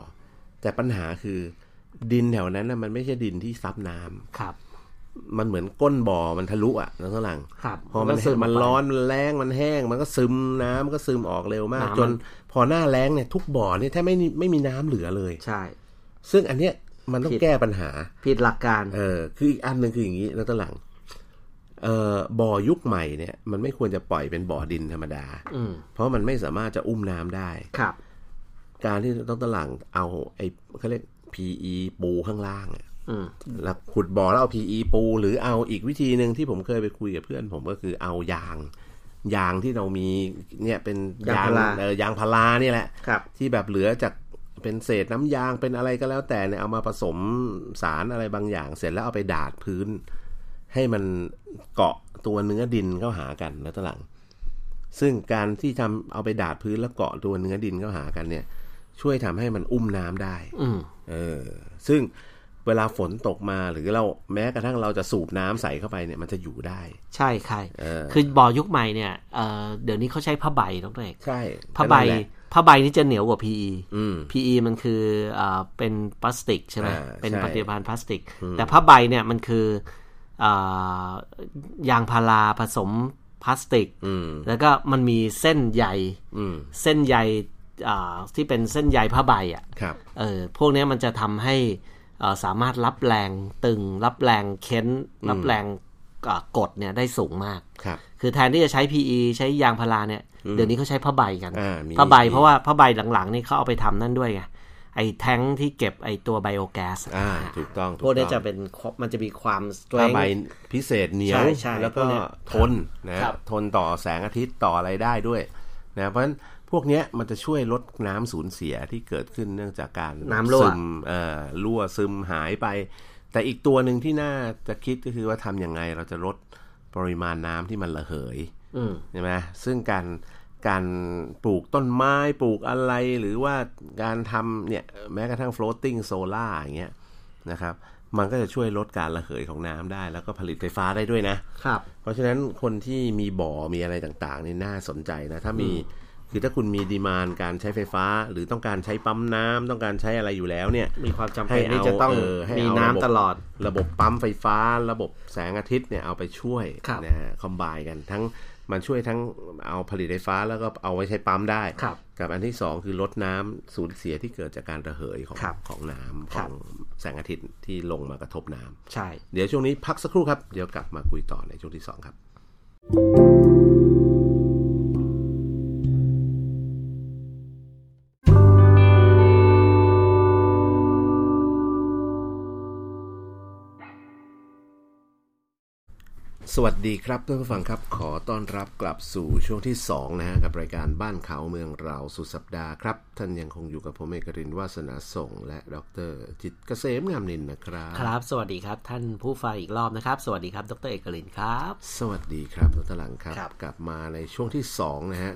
แต่ปัญหาคือดินแถวนั้นนะมันไม่ใช่ดินที่ซับน้ำ ครับ มันเหมือนก้นบ่อมันทะลุอ่ะแล้วตลาด ครับ พอมัน ซึ มัน ไป ร้อนมันแรงมันแห้ง มันก็ซึมน้ำมันก็ซึมออกเร็วมาก น้ำมัน จนพอหน้าแรงเนี่ยทุกบ่อเนี่ยแทบไม่มีไม่มีน้ำเหลือเลย ใช่ ซึ่งอันเนี้ยมันต้อง ผิด แก้ปัญหา ผิดหลักการ เออคืออีกอันหนึ่งคืออย่างนี้แล้วตอนหลังเอ่อบ่อยุคใหม่เนี่ย มันไม่ควรจะปล่อยเป็นบ่อดินธรรมดา อืม เพราะมันไม่สามารถจะอุ้มน้ำได้ ครับ การที่ต้องตอนหลังเอาไอ้เขาเรียก PE ปูข้างล่างอะ อืม แล้วขุดบ่อแล้วเอา PE ปู หรือเอาอีกวิธีหนึ่งที่ผมเคยไปคุยกับเพื่อน ผมก็คือเอายาง ยางที่เรามีเนี่ยเป็น ยางพาราย เออยางพาราเนี่ยแหละ ครับ ที่แบบเหลือจากเป็นเศษน้ำยางเป็นอะไรก็แล้วแต่เนี่ยเอามาผสมสารอะไรบางอย่าง เสร็จแล้วเอาไปดาดพื้น ให้มันเกาะตัวเนื้อดินเข้าหากันแล้วตอนหลัง ซึ่งการที่ทำเอาไปดาดพื้นแล้วเกาะตัวเนื้อดินเข้าหากันเนี่ย ช่วยทำให้มันอุ้มน้ำได้ อืม เออซึ่งเวลาฝนตกมาหรือเราแม้กระทั่งเราจะสูบน้ำใส่เข้าไปเนี่ยมันจะอยู่ได้ ใช่ใช่ เออ คือบ่อยุคใหม่เนี่ยเอ่อเดี๋ยวนี้เขาใช้ผ้าใบน้องเอก ใช่ ผ้าใบ นั่นแหละ ผ้าใบนี่จะเหนียวกว่า PE อืม PE มันคือเอ่อเป็นพลาสติกใช่ไหม อ่า เป็น ใช่ ผลิตภัณฑ์พลาสติก แต่ผ้าใบเนี่ยมันคือเอ่อยางพาราผสมพลาสติก อืม แล้วก็มันมีเส้นใย อืม เส้นใยอ่าที่เป็นเส้นใยผ้าใบอ่ะ ครับ เออพวกเนี้ยมันจะทำให้เอ่อสามารถรับแรงตึง รับแรงเค้น รับแรงอ่ากดเนี่ยได้สูงมาก ครับ คือแทนที่จะใช้ PE ใช้ยางพาราเนี่ย เดี๋ยวนี้เขาใช้ผ้าใบกัน อ่ามี ผ้าใบ มี เพราะว่าผ้าใบหลังๆนี่เขาเอาไปทำนั่นด้วยไงไอ้แท้งที่เก็บไอ้ตัวไบโอแก๊ส อ่าถูกต้อง พวกเนี้ย ถู จะ ต้อง เป็นความมันจะมีความ ผ้า strength ใบพิเศษเหนีย ใช่ ว ใช่ แล้ว พ ก็ วกเนี้ย ทนนะครับ ทนต่อแสงอาทิตย์ต่ออะไรได้ด้วยนะเพราะฉะนั้นพวกเนี้ยมันจะช่วยลดน้ำสูญเสียที่เกิดขึ้นเนื่องจากการ น้ำรั่ว ซึมเอ่อรั่วซึมหายไป แต่อีกตัวหนึ่งที่น่าจะคิดก็คือว่าทำยังไงเราจะลดปริมาณน้ำที่มันระเหย อืม ใช่ไหมซึ่งการการปลูกต้นไม้ปลูกอะไรหรือว่าการทำเนี่ยแม้กระทั่ง floating solar อย่างเงี้ยนะครับ มันก็จะช่วยลดการระเหยของน้ำได้ แล้วก็ผลิตไฟฟ้าได้ด้วยนะ ครับ เพราะฉะนั้นคนที่มีบ่อมีอะไรต่างๆนี่น่าสนใจนะถ้ามีคือถ้าคุณมีดีมานการใช้ไฟฟ้า หรือต้องการใช้ปั๊มน้ำต้องการใช้อะไรอยู่แล้วเนี่ย มีความจำ ให้ เป็น เอา ที่จะต้อง เออให้ มี เอา น้ำ ระบบ ตลอด ระบบปั๊มไฟฟ้าระบบแสงอาทิตย์เนี่ยเอาไปช่วย ครับ นะฮะคอมไบกันทั้งมันช่วยทั้งเอาผลิตไฟฟ้าแล้วก็เอาไว้ใช้ปั๊มได้ ครับ กับอันที่ 2 คือลดน้ำสูญเสียที่เกิดจากการระเหยของ ครับ ของน้ำ ค ข รั อบ งแสงอาทิตย์ที่ลงมากระทบน้ำ ใช่ เดี๋ยวช่วงนี้พักสักครู่ครับ เดี๋ยวกลับมาคุยต่อในช่วงที่ 2 ครับ สวัสดีครับท่านผู้ฟังครับ ขอต้อนรับกลับสู่ช่วงที่ 2 นะฮะ กับรายการบ้านเขาเมืองเราสุดสัปดาห์ครับ ท่านยังคงอยู่กับผมเอกรินทร์วาสนาส่ง และดรจิตรเกษมงามนินนะครับ ครับ สวัสดีครับท่านผู้ฟังอีกรอบนะครับ สวัสดีครับ ดรเอกลินครับ สวัสดีครับดรหลังครับ ครับ กลับมาในช่วงที่สองนะฮะ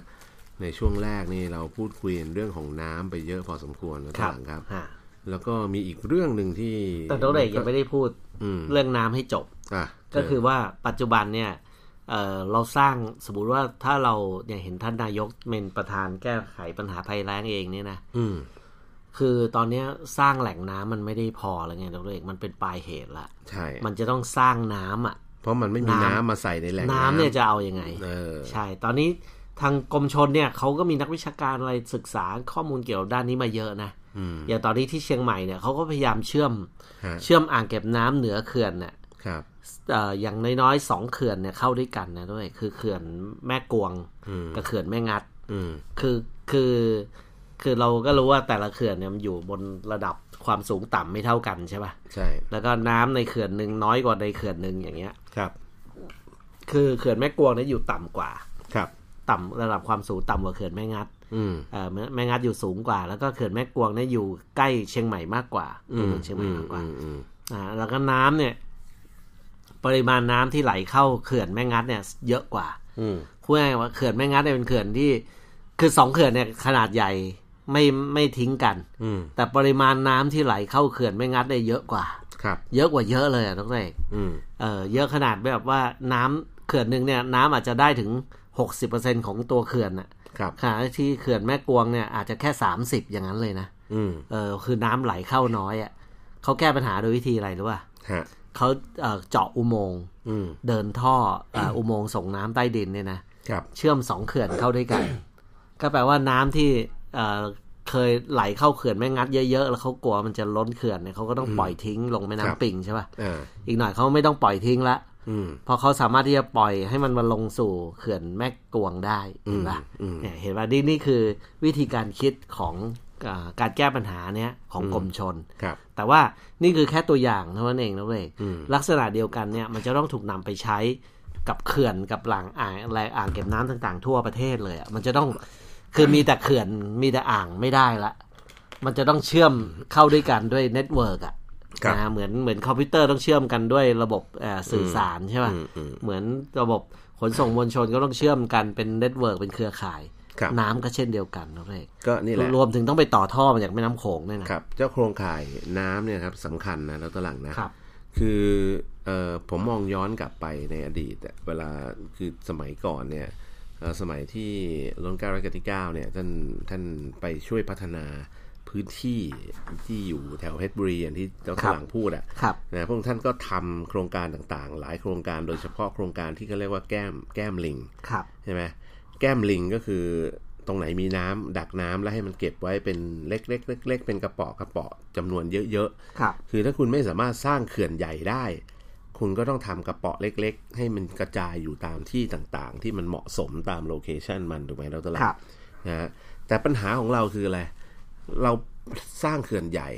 ในช่วงแรกนี่เราพูดคุยเรื่องของน้ำไปเยอะพอสมควรแล้วดรหลังครับ ฮะ แล้วก็มีอีกเรื่องหนึ่งที่ แต่ดรเอกยังไม่ได้พูด อืม เรื่องน้ำให้จบ อ่ะ ก็คือว่าปัจจุบันเนี่ยเอ่อเราสร้างสมมติว่าถ้าเราเนี่ยเห็นท่านนายกเป็นประธานแก้ไขปัญหาภัยแล้งเองเนี่ยนะ อืม คือตอนเนี้ยสร้างแหล่งน้ำมันไม่ได้พอแล้วไงดรเอกมันเป็นปลายเหตุละ ใช่ มันจะต้องสร้างน้ำอ่ะ เพราะมันไม่มี น้ำ น้ำมาใส่ในแหล่ง น้ำเนี่ยจะเอาอยัางไง เออ ใช่ ตอนนี้ทางกรมชนเนี่ยเขาก็มีนักวิชาการอะไรศึกษาข้อมูลเกี่ยวกับด้านนี้มาเยอะนะ อืม อย่างตอนนี้ที่เชียงใหม่เนี่ยเขาก็พยายามเชื่อม ฮะ เชื่อมอ่างเก็บน้ำเหนือเขื่อนเนี่ย ครับ เอ่ออย่างน้อยๆสองเขื่อนเนี่ยเข้าด้วยกันนะด้วยคือเขื่อนแม่กวง อืม กับเขื่อนแม่งัด อืม คือคือคือเราก็รู้ว่าแต่ละเขื่อนเนี่ยมันอยู่บนระดับความสูงต่ำไม่เท่ากันใช่ป่ะ ใช่ แล้วก็น้ำในเขื่อนหนึ่งน้อยกว่าในเขื่อนหนึ่งอย่างเงี้ย ครับ คือเขื่อนแม่กวงเนี่ยอยู่ต่ำกว่า ครับ ต่ำระดับความสูงต่ำกว่าเขื่อนแม่งัด อืม เอ่อแม่แม่งัดอยู่สูงกว่า แล้วก็เขื่อนแม่กวงเนี่ยอยู่ใกล้เชียงใหม่มากกว่าอยู่บนเชียงใหม่มากกว่า อืมอืม อ่าแล้วก็น้ำเนี่ย ปริมาณน้ำที่ไหลเข้าเขื่อนแม่งัดเนี่ย เยอะกว่า อืม พูดง่ายๆว่าเขื่อนแม่งัดเนี่ยเป็นเขื่อนที่ คือสองเขื่อนเนี่ยขนาดใหญ่ไม่ไม่ทิ้งกัน อืม แต่ปริมาณน้ำที่ไหลเข้าเขื่อนแม่งัดเนี่ยเยอะกว่า ครับ เยอะกว่าเยอะเลยอ่ะทุกท่าน อืม เออเยอะขนาดแบบว่าน้ำเขื่อนหนึ่งเนี่ย น้ำอาจจะได้ถึงหกสิบเปอร์เซ็นของตัวเขื่อนน่ะ ครับ ขณะที่เขื่อนแม่กวงเนี่ยอาจจะแค่สามสิบอย่างนั้นเลยนะ อืม เออคือน้ำไหลเข้าน้อยอ่ะเขาแก้ปัญหาโดยวิธีอะไรรู้ป่ะ ฮะ เขาเอ่อเจาะอุโมงค์ อืม เดินท่อเอ่ออุโมงค์ส่งน้ำใต้ดินเนี่ยนะครับ เชื่อมสองเขื่อนเข้าด้วยกัน ก็แปลว่าน้ำที่เอ่อเคยไหลเข้าเขื่อนแม่งัดเยอะๆแล้วเขากลัวมันจะล้นเขื่อนเนี่ยเขาก็ต้องปล่อยทิ้งลงแม่น้ำปิงใช่ป่ะ อ่า อีกหน่อยเขาไม่ต้องปล่อยทิ้งละ อืม เพราะเขาสามารถที่จะปล่อยให้มันมาลงสู่เขื่อนแม่กวงได้เห็นป่ะ อืมอืม เนี่ยเห็นป่ะนี่นี่คือวิธีการคิดของ อ่าการแก้ปัญหาเนี้ยของกรมชน ครับ แต่ว่านี่คือแค่ตัวอย่างเท่านั้นเองนะเว้ย อืม ลักษณะเดียวกันเนี่ยมันจะต้องถูกนำไปใช้กับเขื่อนกับหลังอ่างอะไรอ่างเก็บน้ำต่างๆ ทั่วประเทศเลยอะมันจะต้องคือมีแต่เขื่อนมีแต่อ่างไม่ได้ละ มันจะต้องเชื่อมเข้าด้วยกันด้วยเน็ตเวิร์กอะ ครับ นะเหมือนเหมือนคอมพิวเตอร์ต้องเชื่อมกันด้วยระบบเอ่อสื่อสารใช่ป่ะ อืมอืม เหมือนระบบขนส่งมวลชนก็ต้องเชื่อมกันเป็นเน็ตเวิร์กเป็นเครือข่าย ครับ น้ำก็เช่นเดียวกันนะเว้ย ก็นี่แหละ รวมถึงต้องไปต่อท่อมาจากแม่น้ำโขงด้วยนะครับ เจ้าโครงข่ายน้ำเนี่ยครับสำคัญนะแล้วตวหลังนะครับ คือเอ่อผมมองย้อนกลับไปในอดีตอะเวลาคือสมัยก่อนเนี่ยเอ่อสมัยที่ร้นเกล้ารัชกาลที่9เนี่ยท่านท่านไปช่วยพัฒนาพื้นที่ที่อยู่แถวเพชรบุรีอย่างที่เจ้า ครับ หลังพูดอะ ครับ นะพวกท่านก็ทำโครงการต่างๆ หลายโครงการโดยเฉพาะโครงการที่เขาเรียกว่าแก้มแก้มลิง ครับ ใช่ไหมแก้มลิงก็คือตรงไหนมีน้ำดักน้ำแล้วให้มันเก็บไว้เป็นเล็กๆเล็กๆเป็นกระป๋อกระป๋อจำนวนเยอะ ครับ ๆ คือถ้าคุณไม่สามารถสร้างเขื่อนใหญ่ได้ คุณก็ต้องทำกระป๋อเล็ก ๆ ให้มันกระจายอยู่ตามที่ต่างๆ ที่มันเหมาะสมตามโลเคชันมันถูกไหมเราตลา ครั ด บ นะฮะแต่ปัญหาของเราคืออะไร เราสร้างเขื่อนใหญ่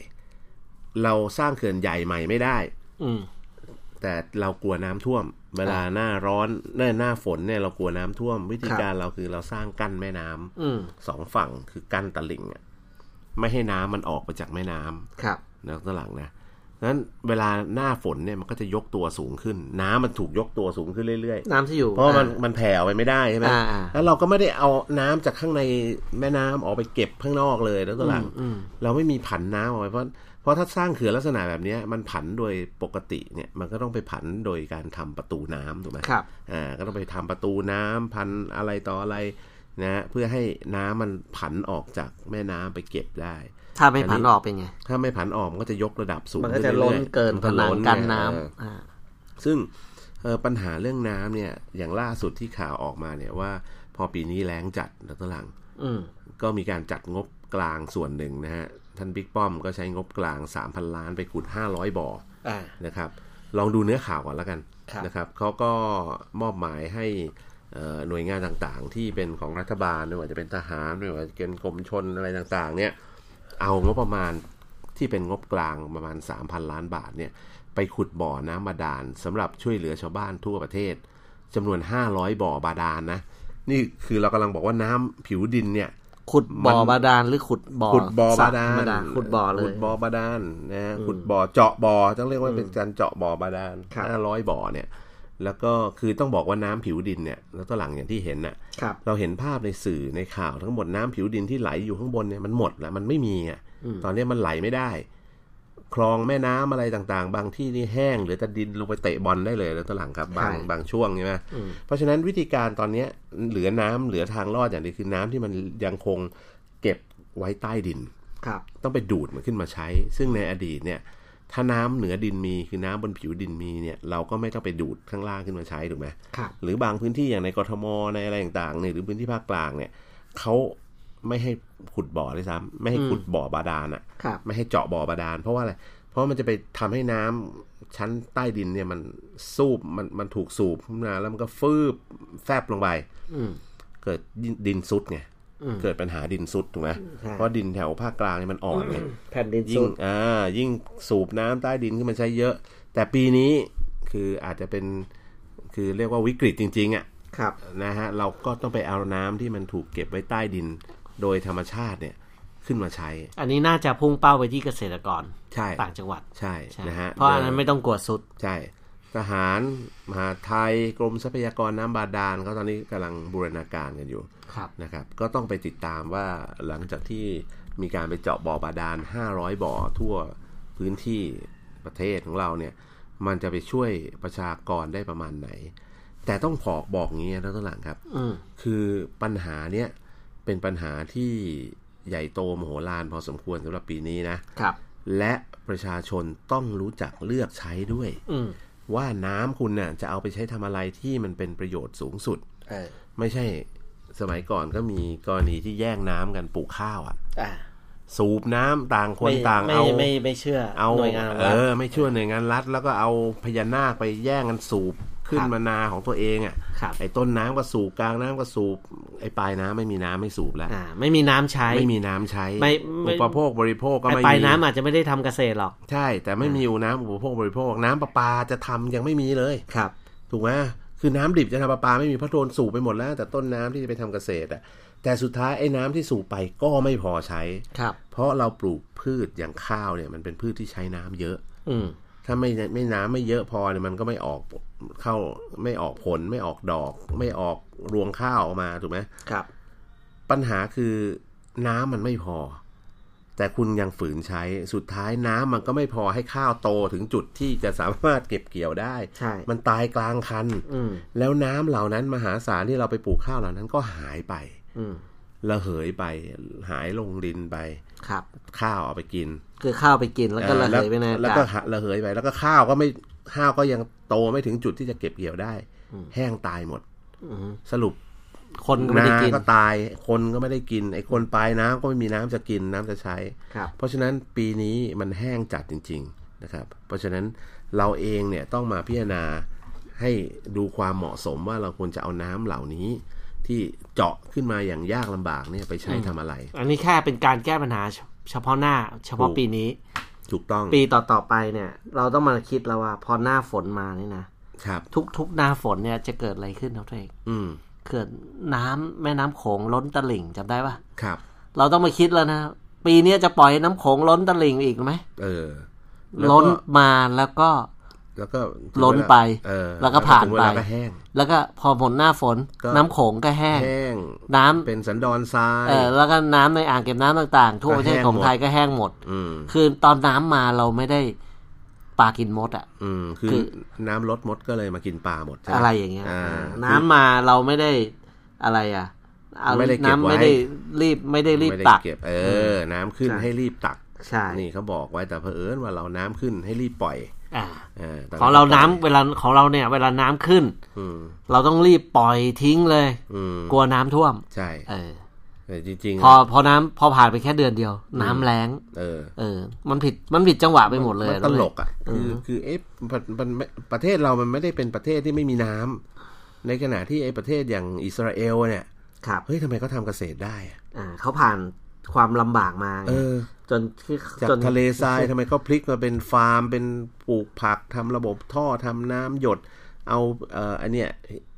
เราสร้างเขื่อนใหญ่ใหม่ไม่ได้ อืม แต่เรากลัวน้ำท่วม เวลาหน้าร้อนหน้าหน้าฝนเนี่ยเรากลัวน้ำท่วม วิธี ครับ การเราคือเราสร้างกั้นแม่น้ อืม ำสองฝั่งคือกั้นตลิ่งอะไม่ให้น้ำมันออกไปจากแม่น้ำ ครับ นะตอนหลังนะนั้นเวลาหน้าฝนเนี่ยมันก็จะยกตัวสูงขึ้น น้ำมันถูกยกตัวสูงขึ้นเรื่อยๆ น้ำที่อยู่ เพราะมันมันแผ่ออกไปไม่ได้ใช่ไหม อ่าอ่า แล้วเราก็ไม่ได้เอาน้ำจากข้างในแม่น้ำออกไปเก็บข้างนอกเลยแล้วก็หลัง อืม เราไม่มีผันน้ำเอาไว้เพราะเพราะถ้าสร้างเขื่อนลักษณะแบบเนี้ยมันผันโดยปกติเนี่ยมันก็ต้องไปผันโดยการทำประตูน้ำถูกไหม ครับ อ่าก็ต้องไปทำประตูน้ำพันอะไรต่ออะไรนะเพื่อให้น้ำมันผันออกจากแม่น้ำไปเก็บได้ ถ้าไม่ อันนี้ ผ่านออกเป็นไง ถ้าไม่ผันออกมันก็จะยกระดับสูง มันก็จะ ขึ้ ล้ รื่ น อย เกิน มั ผ ก็ นัง ล้ กัน เย น้ำ เออ อ่า ซึ่งเอ่อปัญหาเรื่องน้ำเนี่ยอย่างล่าสุดที่ข่าวออกมาเนี่ยว่าพอปีนี้แล้งจัดแล้วตอนหลัง อืม ก็มีการจัดงบกลางส่วนหนึ่งนะฮะ ท่านบิ๊กป้อมก็ใช้งบกลาง 3,000 ล้านไปขุด 500 บ่อ อ่า นะครับ ลองดูเนื้อข่าวก่อนแล้วกัน ครับ นะครับเขาก็มอบหมายให้เอ่อหน่วยงานต่างๆ ที่เป็นของรัฐบาลไม่ว่าจะเป็นทหารไม่ว่าจะเป็นกรมชนอะไรต่างๆเนี่ยเอางบประมาณที่เป็นงบกลางประมาณ 3,000 ล้านบาทเนี่ยไปขุดบ่อน้ำบาดาลสำหรับช่วยเหลือชาวบ้านทั่วประเทศจำนวน 500 บ่อบาดาลนะนี่คือเรากำลังบอกว่าน้ำผิวดินเนี่ย ขุดบ่อ มัน บาดาลหรือขุดบ่อ ขุดบ่อ สระ บาดาล ขุดบ่อเลย ขุดบ่อบาดาลนะฮะขุดบ่อเจาะบ่อต้องเรียกว่าเป็นการเจาะบ่อบาดาล ครับ ห้าร้อยบ่อเนี่ย แล้วก็คือต้องบอกว่าน้ำผิวดินเนี่ย แล้วตอนหลังอย่างที่เห็นน่ะ ครับ เราเห็นภาพในสื่อในข่าวทั้งหมดน้ำผิวดินที่ไหลอยู่ข้างบนเนี่ยมันหมดแล้วมันไม่มีอ่ะตอนเนี้ยมันไหลไม่ได้ คลองแม่น้ำอะไรต่างๆ บางที่นี่แห้งเหรือแต่ดินลงไปเตะบอลได้เลยแล้วตอนหลังครับบาง ใช่ บางช่วงใช่ไหมเพราะฉะนั้นวิธีการตอนเนี้ยเหลือน้ำเหลือทางรอดอย่างเดียวคือน้ำที่มันยังคงเก็บไว้ใต้ดิน ครับ ต้องไปดูดมันขึ้นมาใช้ ซึ่งในอดีตเนี่ย ถ้าน้ำเหนือดินมีคือน้ำบนผิวดินมีเนี่ย เราก็ไม่ต้องไปดูดข้างล่างขึ้นมาใช้ถูกไหม ครับ หรือบางพื้นที่อย่างในกทมในอะไรต่างๆเนี่ยหรือพื้นที่ภาคกลางเนี่ยเขาไม่ให้ขุดบ่อเลยซ้ำไม่ให้ขุดบ่อบาดาลอะ ครับ ไม่ให้เจาะบ่อบาดาลเพราะว่าอะไร เพราะมันจะไปทำให้น้ำชั้นใต้ดินเนี่ยมันสูบมันมันถูกสูบขึ้นมาแล้วมันก็ฟืบแฟบลงไป อืม เกิดดินซุดไงเกิดปัญหาดินซุดถูกไหม ใช่ เพราะดินแถวภาคกลางเนี่ยมันอ่อนไง แผ่นดิน ยิ่ สุ ง ด อ่ายิ่งสูบน้ำใต้ดินขึ้นมาใช้เยอะ แต่ปีนี้คืออาจจะเป็นคือเรียกว่าวิกฤตจริงๆอะ่ะ ครับ นะฮะเราก็ต้องไปเอาน้ำที่มันถูกเก็บไว้ใต้ดินโดยธรรมชาติเนี่ยขึ้นมาใช้ อันนี้น่าจะพุ่งเป้าไปที่เกษตรกร ใช่ ต่างจังหวัด ใช่ ใช่ นะฮะ เพราะอันนั้นไม่ต้องกลัวสุด ใช่ทหารมหาดไทยกรมทรัพยากรน้ำบาดาลเขาตอนนี้กำลังบูรณาการกันอยู่ ครับ นะครับก็ต้องไปติดตามว่าหลังจากที่มีการไปเจาะบ่อบาดาล 500 บ่อทั่วพื้นที่ประเทศของเราเนี่ย มันจะไปช่วยประชากรได้ประมาณไหน แต่ต้องขอบอกงี้นะต้นหลังครับ อืม คือปัญหาเนี้ยเป็นปัญหาที่ใหญ่โตมโหฬารพอสมควรสำหรับปีนี้นะ ครับ และประชาชนต้องรู้จักเลือกใช้ด้วย อืม ว่าน้ำคุณน่ะจะเอาไปใช้ทำอะไรที่มันเป็นประโยชน์สูงสุด เออ ไม่ใช่สมัยก่อนก็มีกรณีที่แย่งน้ำกันปลูกข้าวอะ่ะ อ่า สูบน้ำต่างคนต่าง ไม่ เอา ไม่ไม่ไม่เชื่อ เอา หน่วยงานของ เอ รัฐ อไม่ช่วยหน่วยงานรัฐ แล้วก็เอาพญานาคไปแย่งกันสูบ ขึ้น ครับ มานาของตัวเองอ่ะ ครับ ไอ้ต้นน้ำก็สูบกลางน้ำก็สูบไอ้ปลายน้ำไม่มีน้ำไม่สูบแล้ว อ่าไม่มีน้ำใช้ ไม่มีน้ำใช้ ไม่อุไม่ปโภคบริโภคก็ ไอ้ ไม่ ปลาย มี น้ำอาจจะไม่ได้ทำเกษตรหรอก ใช่ แต่ไม่มีน้ำอุปโภคบริโภค น้ำประปาจะทำยังไม่มีเลย ครับ ถูกไหมคือน้ำดิบจะทำประปาไม่มีเพราะโดนสูบไปหมดแล้ว แต่ต้นน้ำที่จะไปทำเกษตรอ่ะแต่สุดท้ายไอ้น้ำที่สูบไปก็ไม่พอใช้ ครับ เพราะเราปลูกพืชอย่างข้าวเนี่ยมันเป็นพืชที่ใช้น้ำเยอะ อืม ถ้าไม่ไม่น้ำไม่เยอะพอเนี่ยมันก็ไม่ออกเข้าไม่ออกผลไม่ออกดอก ไม่ออกรวงข้าวออกมาถูกไหม ครับ ปัญหาคือน้ำมันไม่พอ แต่คุณยังฝืนใช้สุดท้ายน้ำมันก็ไม่พอให้ข้าวโตถึงจุดที่จะสามารถเก็บเกี่ยวได้ ใช่ มันตายกลางคัน อืม แล้วน้ำเหล่านั้นมหาศาลที่เราไปปลูกข้าวเหล่านั้นก็หายไป อืม ระเหยไปหายลงดินไป ครับ ข้าวเอาไปกิน คือข้าวไปกินแล้วก็ระเหยไปในอา แล้ว กา ก็ ศ ระเหยไป แล้วก็ข้าวก็ไม่ข้าวก็ยังโตไม่ถึงจุดที่จะเก็บเกี่ยวได้ อืม แห้งตายหมด อืม สรุป คนก็ไม่ได้กิน ก็ตายคนก็ไม่ได้กินไอ้คนปลายน้ำก็ไม่มีน้ำจะกินน้ำจะใช้ ครับ เพราะฉะนั้นปีนี้มันแห้งจัดจริง ๆนะครับ เพราะฉะนั้นเราเองเนี่ยต้องมาพิจารณาให้ดูความเหมาะสมว่าเราควรจะเอาน้ำเหล่านี้ ที่เจาะขึ้นมาอย่างยากลำบากเนี่ยไปใช้ทำอะไร อันนี้แค่เป็นการแก้ปัญหาเฉเฉพาะหน้า เฉพาะ ถูก ปีนี้ ถูกต้อง ปีต่อๆไปเนี่ย เราต้องมาคิดแล้วว่าพอหน้าฝนมานี่นะ ครับ ทุกๆหน้าฝนเนี่ยจะเกิดอะไรขึ้นครับตัวเอง อืม เกิดน้ำแม่น้ำโขงล้นตลิ่งจำได้ปะ ครับ เราต้องมาคิดแล้วนะ ปีเนี้ยจะปล่อยให้น้ำโขงล้นตลิ่งอีกไหม เออแล้วก็ ล้นมาแล้วก็ แล้วก็ ล้นไป เออ แล้วก็ผ่าน ถึงเวล ไป ก็แห้ง แล้วก็พอผลหน้าฝน ก็ น้ำโขงก็แห้ง แห้ง น้ำ เป็นสันดอนทราย เออแล้วก็น้ำในอ่างเก็บน้ำต่างๆ ทั่ว ก็ ประเทศ แห้ง ของ หมด ไทยก็แห้งหมด อืม คือตอนน้ำมาเราไม่ได้ปลากินมดอะ อืมคือ คือ น้ำลดมดก็เลยมากินปลาหมดใช่หม อะไรอย่างเงี้ย อ่า น้ำมาเราไม่ได้อะไรอะเอา ไม่ได้เก็บ น้ำไม่ ไว้ ได้รีบไม่ได้รีบ ไม่ได้ ตัก เก็บเออ น้ำขึ้น ใช่ ให้รีบตัก ใช่ นี่เขาบอกไว้แต่เพอเอิญว่าเราน้ำขึ้นให้รีบปล่อย อ่า อาแต่ ของเราน้ำเวลาของเราเนี่ย เวลาน้ำขึ้น อืม เราต้องรีบปล่อยทิ้งเลย อืม กลัวน้ำท่วม ใช่ เออ แต่จริง พอพอน้ำพอผ่านไปแค่เดือนเดียว น้ำแรง เออ เออ มันผิดมันผิดจังหวะไปหมดเลย มันตลกอ่ะคือคือเอ๊ะประประประเทศเรามันไม่ได้เป็นประเทศที่ไม่มีน้ำในขณะที่ไอ้ประเทศอย่างอิสราเอลเนี่ย ครับ เฮ้ยทำไมเขาทำเกษตรได้อะ อ่าเขาผ่านความลำบากมาไง เออ จนที่ จาก จน ทะเลทรายทำไมเขาพลิกมาเป็นฟาร์ม เป็นปลูกผักทำระบบท่อทำน้ำหยด เอาเอ่ออันเนี้ย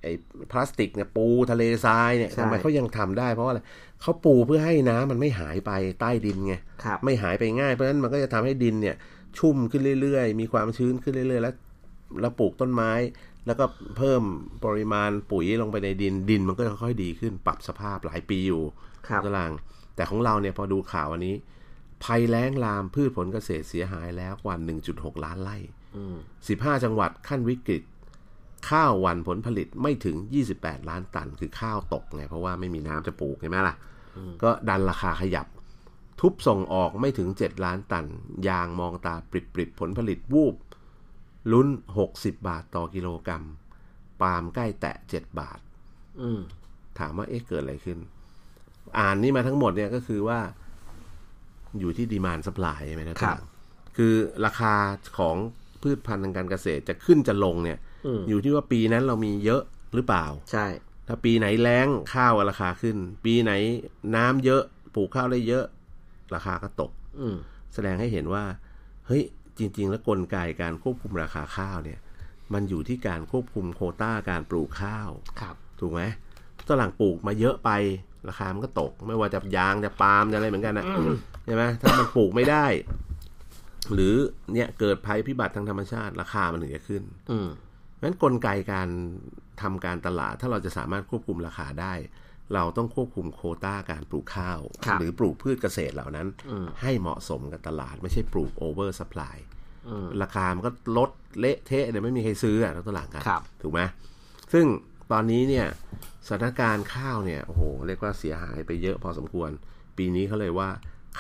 ไอ้พลาสติกเนี่ยปูทะเลทรายเนี่ย ใช่ ทำไมเขายังทำได้เพราะอะไรเขาปูเพื่อให้น้ำมันไม่หายไปใต้ดินไง ครับ ไม่หายไปง่ายเพราะฉะนั้นมันก็จะทำให้ดินเนี่ย ชุ่มขึ้นเรื่อยๆ มีความชื้นขึ้นเรื่อยๆ แล้วแล้วปลูกต้นไม้ แล้วก็เพิ่มปริมาณปุ๋ยลงไปในดินดินมันก็จะค่อยๆดีขึ้นปรับสภาพหลายปีอยู่ ครับ ตารางแต่ของเราเนี่ยพอดูข่าวอันนี้ ภัยแล้งลามพืชผลเกษตรเสียหายแล้วกว่า 1.6 ล้านไร่ อืม 15 จังหวัดขั้นวิกฤต ข้าวหวันผลผลิตไม่ถึง 28 ล้านตัน คือข้าวตกไง เพราะว่าไม่มีน้ำจะปลูกใช่ไหมล่ะ ก็ดันราคาขยับ ทุบส่งออกไม่ถึง 7 ล้านตัน ยางมองตาปริบๆ ผลผลิตวูบ ลุ้น 60 บาทต่อกิโลกรรัม ปาล์มใกล้แตะ 7 บาท อืม ถามว่าเอ๊ะเกิดอะไรขึ้น อ่านนี่มาทั้งหมดเนี่ยก็คือว่า อยู่ที่ดีมานสป라이ใช่ไหมนะครับ คือราคาของพืชพันธุ์ทางการเกษตรจะขึ้นจะลงเนี่ย อืม อยู่ที่ว่าปีนั้นเรามีเยอะหรือเปล่า ใช่ ถ้าปีไหนแล้งข้าวราคาขึ้น ปีไหนน้ำเยอะปลูกข้าวได้เยอะ ราคาก็ตก อืม แสดงให้เห็นว่า เฮ้ย จริง ๆ แล้วกลไกการควบคุมราคาข้าวเนี่ย มันอยู่ที่การควบคุมโควต้าการปลูกข้าว ครับ ถูกไหมฝรั่งปลูกมาเยอะไปราคามันก็ตก ไม่ว่าจะยางจะปาล์มจะอะไรเหมือนกันนะใช่ไหมถ้ามันปลูกไม่ได้ หรือเนี่ยเกิดภัยพิบัติทางธรรมชาติ ราคามันถึงจะขึ้น อืม งั้นกลไกการทำการตลาด ถ้าเราจะสามารถควบคุมราคาได้ เราต้องควบคุมโควต้าการปลูกข้าว หรือปลูกพืชเกษตรเหล่านั้น ให้เหมาะสมกับตลาด ไม่ใช่ปลูกโอเวอร์สปลาย อืม ราคามันก็ลดเละเทะเดี๋ยวไม่มีใครซื้ออ่ะแล้วตลาดกัน ครับ ถูกไหมซึ่งตอนนี้เนี่ยสถานการณ์ข้าวเนี่ยโอ้โหเรียกว่าเสียหายไปเยอะพอสมควร ปีนี้เขาเลยว่า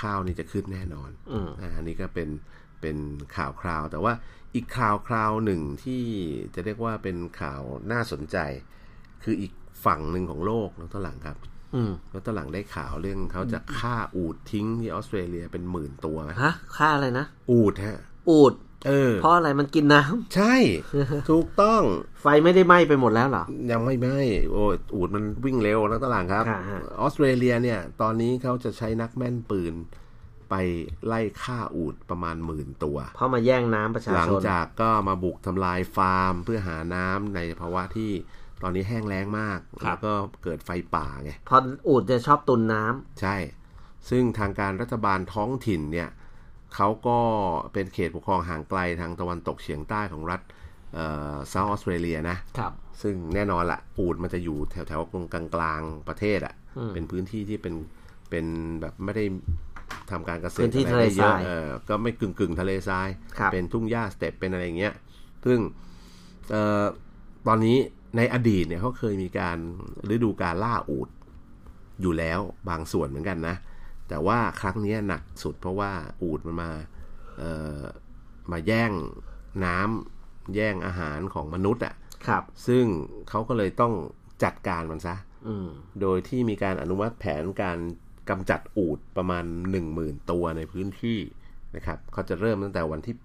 ข้าวนี่จะขึ้นแน่นอน อืม อ่าอันนี้ก็เป็นเป็นข่าวคราว แต่ว่าอีกข่าวคราวหนึ่งที่จะเรียกว่าเป็นข่าวน่าสนใจ คืออีกฝั่งหนึ่งของโลกแล้วตหลังครับ อืม แล้วตหลังได้ข่าวเรื่องเขาจะฆ่าอูดทิ้งที่ออสเตรเลียเป็นหมื่นตัวนะ ฮะค่าอะไรนะ อูดฮะ อูด เออ เพราะอะไรมันกินน้ำ ใช่ ถูกต้อง ไฟไม่ได้ไหม้ไปหมดแล้วเหรอ ยังไม่ไม่โอ้ยอูดมันวิ่งเร็วนักตลางครับ ฮะฮะ ออสเตรเลียเนี่ย ตอนนี้เขาจะใช้นักแม่นปืน ไปไล่ฆ่าอูดประมาณหมื่นตัว เพราะมาแย่งน้ำประชา หลัง ชน จากก็มาบุกทำลายฟาร์มเพื่อหาน้ำในภาวะที่ตอนนี้แห้งแล้งมาก แล้วก็เกิดไฟป่าไง เพออูดจะชอบตุนน้ำ ใช่ ซึ่งทางการรัฐบาลท้องถิ่นเนี่ยเขาก็เป็นเขตปกครองห่างไกลทางตะวันตกเฉียงใต้ของรัฐเซาท์ออสเตรเลียนะ ครับ ซึ่งแน่นอนละอูดมันจะอยู่แถวแถวๆกลางกลางๆประเทศอะ อืม เป็นพื้นที่ที่เป็นเป็นแบบไม่ได้ทำการเกษตร พื้นที่ อไรได้ ทะเลทราย เออก็ไม่กึ่งกึ่งๆทะเลทราย ครับ เป็นทุ่งหญ้าสเต็ปเป็นอะไรอย่างเงี้ย ซึ่งเอ่อตอนนี้ในอดีตเนี่ยเขาเคยมีการฤดูการล่าอูดอยู่แล้วบางส่วนเหมือนกันนะ แต่ว่าครั้งเนี้ยหนักสุดเพราะว่าอูดมันมาเอ่อมาแย่งน้ำแย่งอาหารของมนุษย์อ่ะ ครับ ซึ่งเขาก็เลยต้องจัดการมันซะ อืม โดยที่มีการอนุมัติแผนการกำจัดอูดประมาณ 10,000 ตัวในพื้นที่นะครับเขาจะเริ่มตั้งแต่วันที่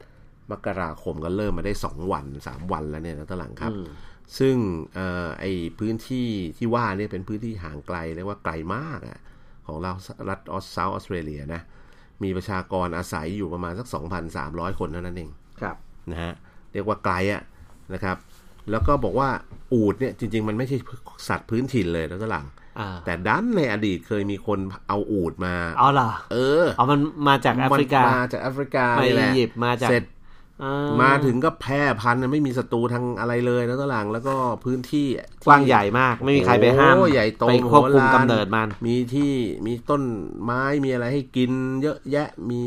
8 มกราคมก็เริ่มมาได้ 2 วัน 3 วันแล้วเนี่ยนะตอนหลังครับ อืม ซึ่งเออไอพื้นที่ที่ว่าเนี่ยเป็นพื้นที่ห่างไกลเรียกว่าไกลมากอะของเรารัฐออสเซาท์ออสเตรเลียนะ มีประชากรอาศัยอยู่ประมาณสัก 2,300 คนเท่านั้นเอง ครับ นะฮะเรียกว่าไกลอะนะครับ แล้วก็บอกว่าอูดเนี่ยจริง ๆ มันไม่ใช่สัตว์พื้นถิ่นเลยแล้วก็หลัง อ่า แต่ดันในอดีตเคยมีคนเอาอูดมา เอาเหรอ เออ เอามันมาจากแอฟริกาม นมาจากแอฟริกา มา นี่แห อี ละ ยิปต์มาจาก เสร็จ อ่ มาถึงก็แพร่พันธุ์ไม่มีศัตรูทางอะไรเลยแล้วก็หลังแล้วก็พื้นที่ กว้างใหญ่มาก ไม่มีใครไปห้าม โอ้ใหญ่โต ไปควบคุม โหฬาร กำเนิดมัน มีที่มีต้นไม้มีอะไรให้กิน เยอะแยะมี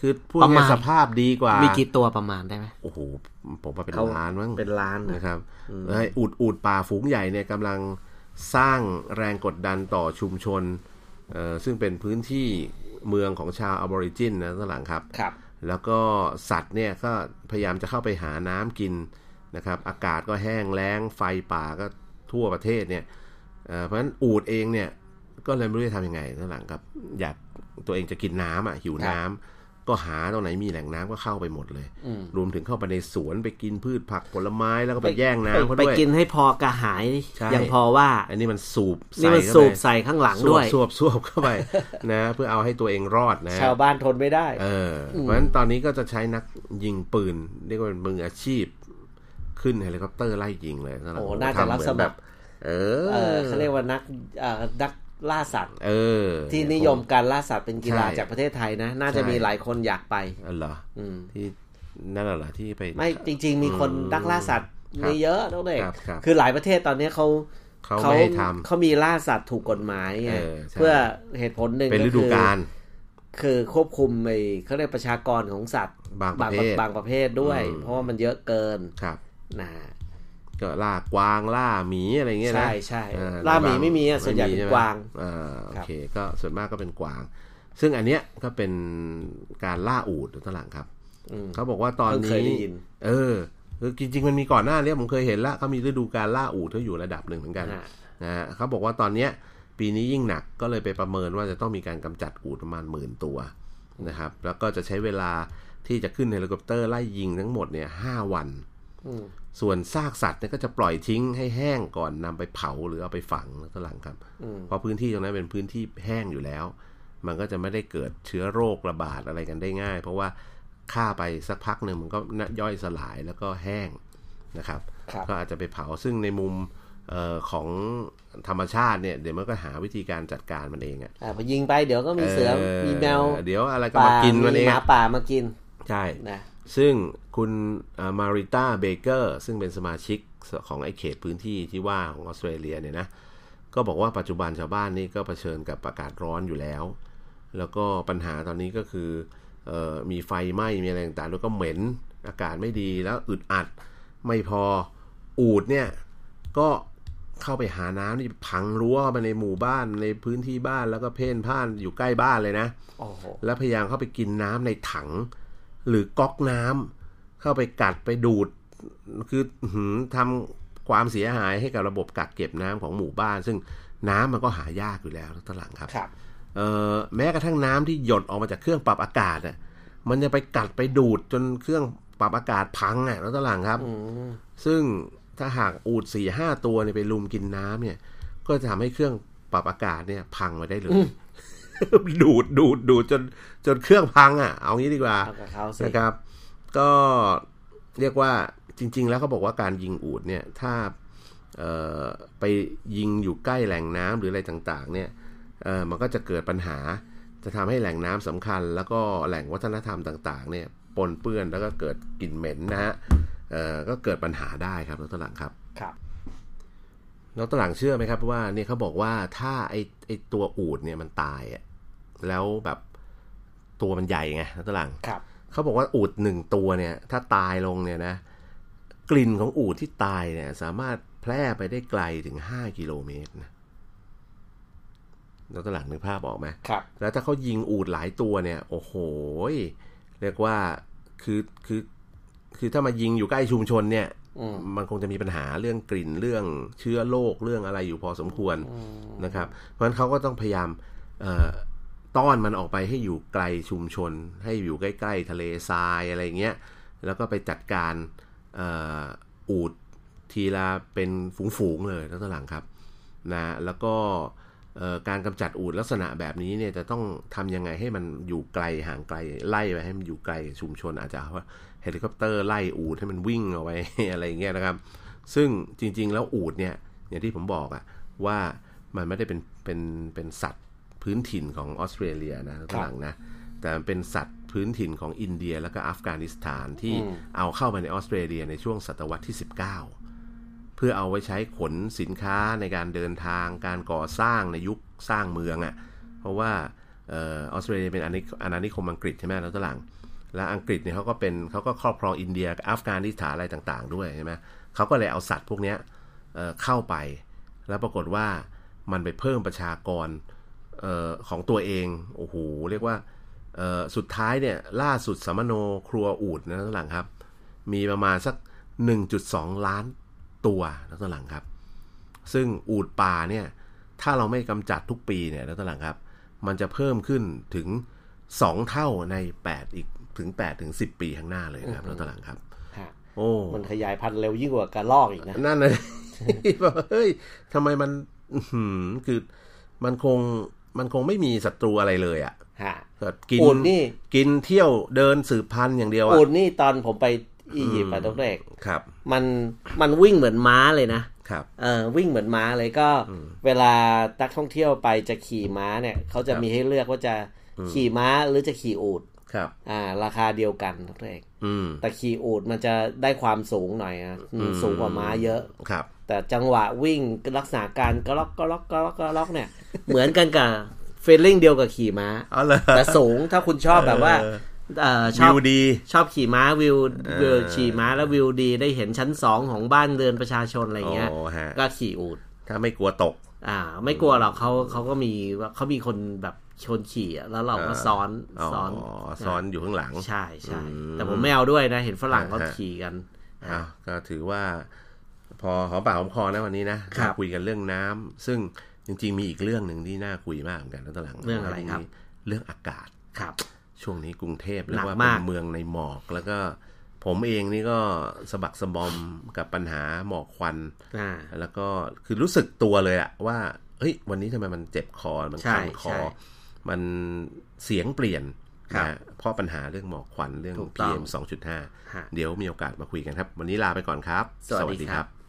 คือพูด ประมา ง่า ณ ยๆสภาพดีกว่า มี มี กี่ตัวประมาณได้ไหม โอ้โหผมว่าเป็นล้านมั้ง เป็นล้านนะ นะครับแล้วไอ้อูดอูดป่าฝูงใหญ่เนี่ยกำลังสร้างแรงกดดันต่อชุมชนเอ่อซึ่งเป็นพื้นที่เมืองของชาวอาบอริจินนะท่านหลังครับ ครับ แล้วก็สัตว์เนี่ยก็พยายามจะเข้าไปหาน้ำกินนะครับ อากาศก็แห้งแล้งไฟป่าก็ทั่วประเทศเนี่ยเอ่อเพราะฉะนั้นอูดเองเนี่ยก็เลยไม่รู้จะทำยังไงท่านหลังครับ อยากตัวเองจะกินน้ำอ่ะหิวน้ำก็หาตรงไหนมีแหล่งน้ำก็เข้าไปหมดเลย อืม รวมถึงเข้าไปในสวนไปกินพืชผักผลไม้แล้วก็ไป ไป แย่งน้ำเขา ไป ด้วย กินให้พอกระหาย ใช่ ยังพอว่า อันนี้มันสูบ นี่ ใส่ มัน เข้า สูบ ไป ใส่ข้างหลังด้วย สวบสวบเข้าไป นะเพื่อเอาให้ตัวเองรอดนะ ชาวบ้านทนไม่ได้ เอออเพราะฉะนั้นตอนนี้ก็จะใช้นักยิงปืนเรียกว่าเป็นมืออาชีพ ขึ้นเฮลิคอปเตอร์ไล่ยิงเลยสำหรับ โอ้น่าจะรับสมัคร เออ เออเขาเรียกว่านักเอ่อนักล่าสัตว์ เออ ที่นิยมการล่าสัตว์เป็นกีฬา ใช่ จากประเทศไทยนะ น่าจะ ใช่ มีหลายคนอยากไป อ๋อเหรอ อืม ที่นั่นเหรอที่ไป ไม่จริง ๆ มีคนนักล่าสัตว์ ครับ มีเยอะน้องเด็ก ครับครับ คือหลายประเทศตอนนี้เขา เขาไม่ให้ท เขามีล่าสัตว์ถูกกฎหมายไง เออใช่ เพื่อเหตุผลหนึ่ง ำเป็น ก็ ฤดู คือก าล คือควบคุมไอ้เขาเรียกประชากรของสัตว์ บางประเภท บางประเภทด้วย อืม เพราะว่ามันเยอะเกิน ครับ นะ ก็ล่ากวางล่าหมีอะไรเงี้ยนะ ใช่ใช่ เออ ล่าหมี บง ไม่มีอะส่วนใหญ่ ไม่มี เป็น ช่ไม กวาง เออโอ ครับ เคก็ส่วนมากก็เป็นกวาง ซึ่งอันเนี้ยก็เป็นการล่าอูฐตอนหลังครับ อืม เขาบอกว่าตอน เพิ่งเคยได้ นี้ ยิน เออคือจริงๆมันมีก่อนหน้าเนี้ยผมเคยเห็นละเขามีฤดูการล่าอูฐเขาอยู่ระดับหนึ่งเหมือนกัน อ่ะ นะฮะเขาบอกว่าตอนเนี้ยปีนี้ยิ่งหนักก็เลยไปประเมินว่าจะต้องมีการกำจัดอูฐประมาณหมื่นตัวนะครับแล้วก็จะใช้เวลาที่จะขึ้นเฮลิคอปเตอร์ไล่ยิงทั้งหมดเนี่ยห้าวัน อืม ส่วนซากสัตว์เนี่ยก็จะปล่อยทิ้งให้แห้งก่อนนำไปเผาหรือเอาไปฝังแล้วก็หลังครับ อืม เพราะพื้นที่ตรงนั้นเป็นพื้นที่แห้งอยู่แล้ว มันก็จะไม่ได้เกิดเชื้อโรคระบาดอะไรกันได้ง่าย เพราะว่าฆ่าไปสักพักหนึ่งมันก็ย่อยสลายแล้วก็แห้งนะครับ ครับ ก็อาจจะไปเผาซึ่งในมุมเออของธรรมชาติเนี่ยเดี๋ยวมันก็หาวิธีการจัดการมันเองอะ อ่าพอยิงไปเดี๋ยวก็มีเสือมีแมว เดี๋ยวอะไรก็ ป่า มากิน มี มันเอง หมา อะ ป่ามากิน ใช่ นะ ซึ่งคุณมาริต้าเบเกอร์ซึ่งเป็นสมาชิกของไอเขตพื้นที่ที่ว่าของออสเตรเลียเนี่ยนะ ก็บอกว่าปัจจุบันชาวบ้านนี่ก็เผชิญกับอากาศร้อนอยู่แล้ว แล้วก็ปัญหาตอนนี้ก็คือเออมีไฟไหม้ มีอะไรต่างๆ แล้วก็เหม็นอากาศไม่ดีแล้วอึดอัดไม่พออูดเนี่ย ก็เข้าไปหาน้ำนี่พังรั้วเข้าไปในหมู่บ้านในพื้นที่บ้านแล้วก็เพ่นพ่านอยู่ใกล้บ้านเลยนะ โอ้โห แล้วพยายามเข้าไปกินน้ำในถัง หรือก๊อกน้ำเข้าไปกัดไปดูด คืออื้อหือทำความเสียหายให้กับระบบกักเก็บน้ำของหมู่บ้าน ซึ่งน้ำมันก็หายากอยู่แล้วตอนหลังครับ ครับ เอ่อแม้กระทั่งน้ำที่หยดออกมาจากเครื่องปรับอากาศน่ะ มันจะไปกัดไปดูดจนเครื่องปรับอากาศพังอ่ะแล้วตหลังครับ อืม ซึ่งถ้าหากอูดสี่ห้าตัวเนี่ยไปลุมกินน้ำเนี่ย ก็จะทำให้เครื่องปรับอากาศเนี่ยพังไปได้เลย ดูดดูดดูดจนจนเครื่องพังอ่ะ เอางี้ดีกว่า เอากับเขาสิ นะครับ ก็เรียกว่าจริง ๆ แล้วเขาบอกว่าการยิงอูดเนี่ยถ้าเอ่อไปยิงอยู่ใกล้แหล่งน้ำหรืออะไรต่างๆเนี่ยเอ่อมันก็จะเกิดปัญหาจะทำให้แหล่งน้ำสำคัญ แล้วก็แหล่งวัฒนธรรมต่างๆเนี่ยปนเปื้อนแล้วก็เกิดกลิ่นเหม็นนะฮะเอ่อก็เกิดปัญหาได้ครับแล้วตอนหลังครับ ครับ แล้วตอนหลังเชื่อไหมครับว่าเนี่ยเขาบอกว่าถ้าไอไอตัวอูดเนี่ยมันตายอะแล้วแบบตัวมันใหญ่ไงแล้วตอนหลัง ครับ เขาบอกว่าอูดหนึ่งตัวเนี่ย ถ้าตายลงเนี่ยนะ กลิ่นของอูดที่ตายเนี่ย สามารถแพร่ไปได้ไกลถึงห้ากิโลเมตรนะแล้วตอนหลังนึกภาพออกไหม ครับ แล้วถ้าเขายิงอูดหลายตัวเนี่ย โอ้โหยเรียกว่าคือคือคือถ้ามายิงอยู่ใกล้ชุมชนเนี่ย อืม มันคงจะมีปัญหาเรื่องกลิ่นเรื่องเชื้อโรคเรื่องอะไรอยู่พอสมควร อืม นะครับ เพราะฉะนั้นเขาก็ต้องพยายามเอ่อต้อนมันออกไปให้อยู่ไกลชุมชน ให้อยู่ใกล้ ๆ ทะเลทรายอะไรเงี้ย แล้วก็ไปจัดการเอออูดทีละเป็นฝูง ๆ เลยแล้วตอนหลังครับนะแล้วก็เอ่อการกำจัดอูดลักษณะแบบนี้เนี่ยจะต้องทำยังไงให้มันอยู่ไกลห่างไกลไล่ไปให้มันอยู่ไกลชุมชนอาจจะเอาเฮลิคอปเตอร์ไล่อูดให้ มันวิ่งออกไป อะไรเงี้ยนะครับ ซึ่งจริง ๆ แล้วอูดเนี่ยอย่างที่ผมบอกอะว่ามันไม่ได้เป็นเป็นเป็นสัตว์พื้นถิ่นของออสเตรเลียนะข้างหลังนะแต่มันเป็นสัตว์พื้นถิ่นของอินเดียแล้วก็อัฟกานิสถานที่เอาเข้ามาในออสเตรเลียในช่วงศตวรรษที่ 19 เพื่อเอาไว้ใช้ขนสินค้าในการเดินทางการก่อสร้างในยุคสร้างเมืองอะ่ะเพราะว่าเออออสเตรเลียเป็นอาณานิคอาณานิคมอังกฤษใช่ไหมแล้วตหลัง และอังกฤษเนี่ยเขาก็เป็นเขาก็ครอบครองอินเดียกับอัฟกานิสถานอะไรต่างๆ ด้วยใช่ไหมเขาก็เลยเอาสัตว์พวกเนี้ยเอ่อเข้าไป แล้วปรากฏว่ามันไปเพิ่มประชากรเออของตัวเองโอ้โหเรียกว่าเอ่อสุดท้ายเนี่ยล่าสุดสมโนครัวอูดนะตอนหลังครับ มีประมาณสัก 1.2 ล้านตัวนะตอนหลังครับ ซึ่งอูดป่าเนี่ยถ้าเราไม่กำจัดทุกปีเนี่ยนะตอนหลังครับ มันจะเพิ่มขึ้นถึง 2 เท่าใน 8 อีกถึง8ถึง10 ปีข้างหน้าเลยนะครับนะตอนหลังครับ ฮะ โอ้ มันขยายพันธุ์เร็วยิ่งกว่ากระรอกอีกนะ นั่นเลย แบบเฮ้ยทำไมมันอื้อหือคือมันคงมันคงไม่มีศัตรูอะไรเลยอะ ฮะ แบบกิ อูฐนี่ กินเที่ยวเดินสืบพันธุ์อย่างเดียวอะ อูดนี่ตอนผมไปอียิปต์อะตัวเอก ครับ มันมันวิ่งเหมือนม้าเลยนะ ครับ เออวิ่งเหมือนม้าเลยก็เวลานักท่องเที่ยวไปจะขี่ม้าเนี่ยเขาจะมีให้เลือกว่าจะขี่ม้าหรือจะขี่อูด ครับ อ่า ราคาเดียวกันทุกเอก อืม แต่ขี่อูดมันจะได้ความสูงหน่อยนะอืมสูงกว่าม้าเยอะ ครับ แต่จังหวะวิ่งลักษณะการกระล็อกกระล็อกกระล็อกกระล็อกเนี่ย เหมือนกันกับเฟลลิ่งเดียวกับขี่ม้า เอาเลย แต่สูงถ้าคุณชอบแบบว่าเอ่อชอ วิ บ วดี ชอบขี่ม้าวิววิว เออ ขี่ม้าแล้ววิวดีได้เห็นชั้นสองของบ้านเรือนประชาชนอะไรเงี้ย โอ้ฮะ ก็ขี่อูด ถ้าไม่กลัวตก อ่า ไม่กลัวหรอกเขาเขาก็มีเขามีคนแบบชนขี่อะแล้วเราก็ เออ ซ้อน อ๋อ ซ้อน ซ้อนอยู่ข้างหลัง ใช่ใช่ อืม แต่ผมไม่เอาด้วยนะ เห็นฝรั่งเขา อ่าฮะ ขี่กัน อ้าวก็ถือว่าพอหอมปากหอมคอนะวันนี้นะครับ มาคุยกันเรื่องน้ำซึ่งจริง ๆ มีอีกเรื่องหนึ่งที่น่าคุยมากเหมือนกันนะตอนหลัง เรื่องอะไรครับ เรื่องอากาศ ครับ ช่วงนี้กรุงเทพ ห เรีย นัก กว่า มา เป็ ก นเมืองในหมอก แล้วก็ผมเองนี่ก็สะบักสะบอมกับปัญหาหมอกควัน อ่า แล้วก็คือรู้สึกตัวเลยอะว่าเฮ้ยวันนี้ทำไมมันเจ็บคอมัน ใช่ คันคอ ใช่ มันเสียงเปลี่ยน ครับ นะฮะเพราะปัญหาเรื่องหมอกควันเรื่อง ถูกต้อง PM 2.5 ฮะ เดี๋ยวมีโอกาสมาคุยกันครับ วันนี้ลาไปก่อนครับ สวัสดีครับ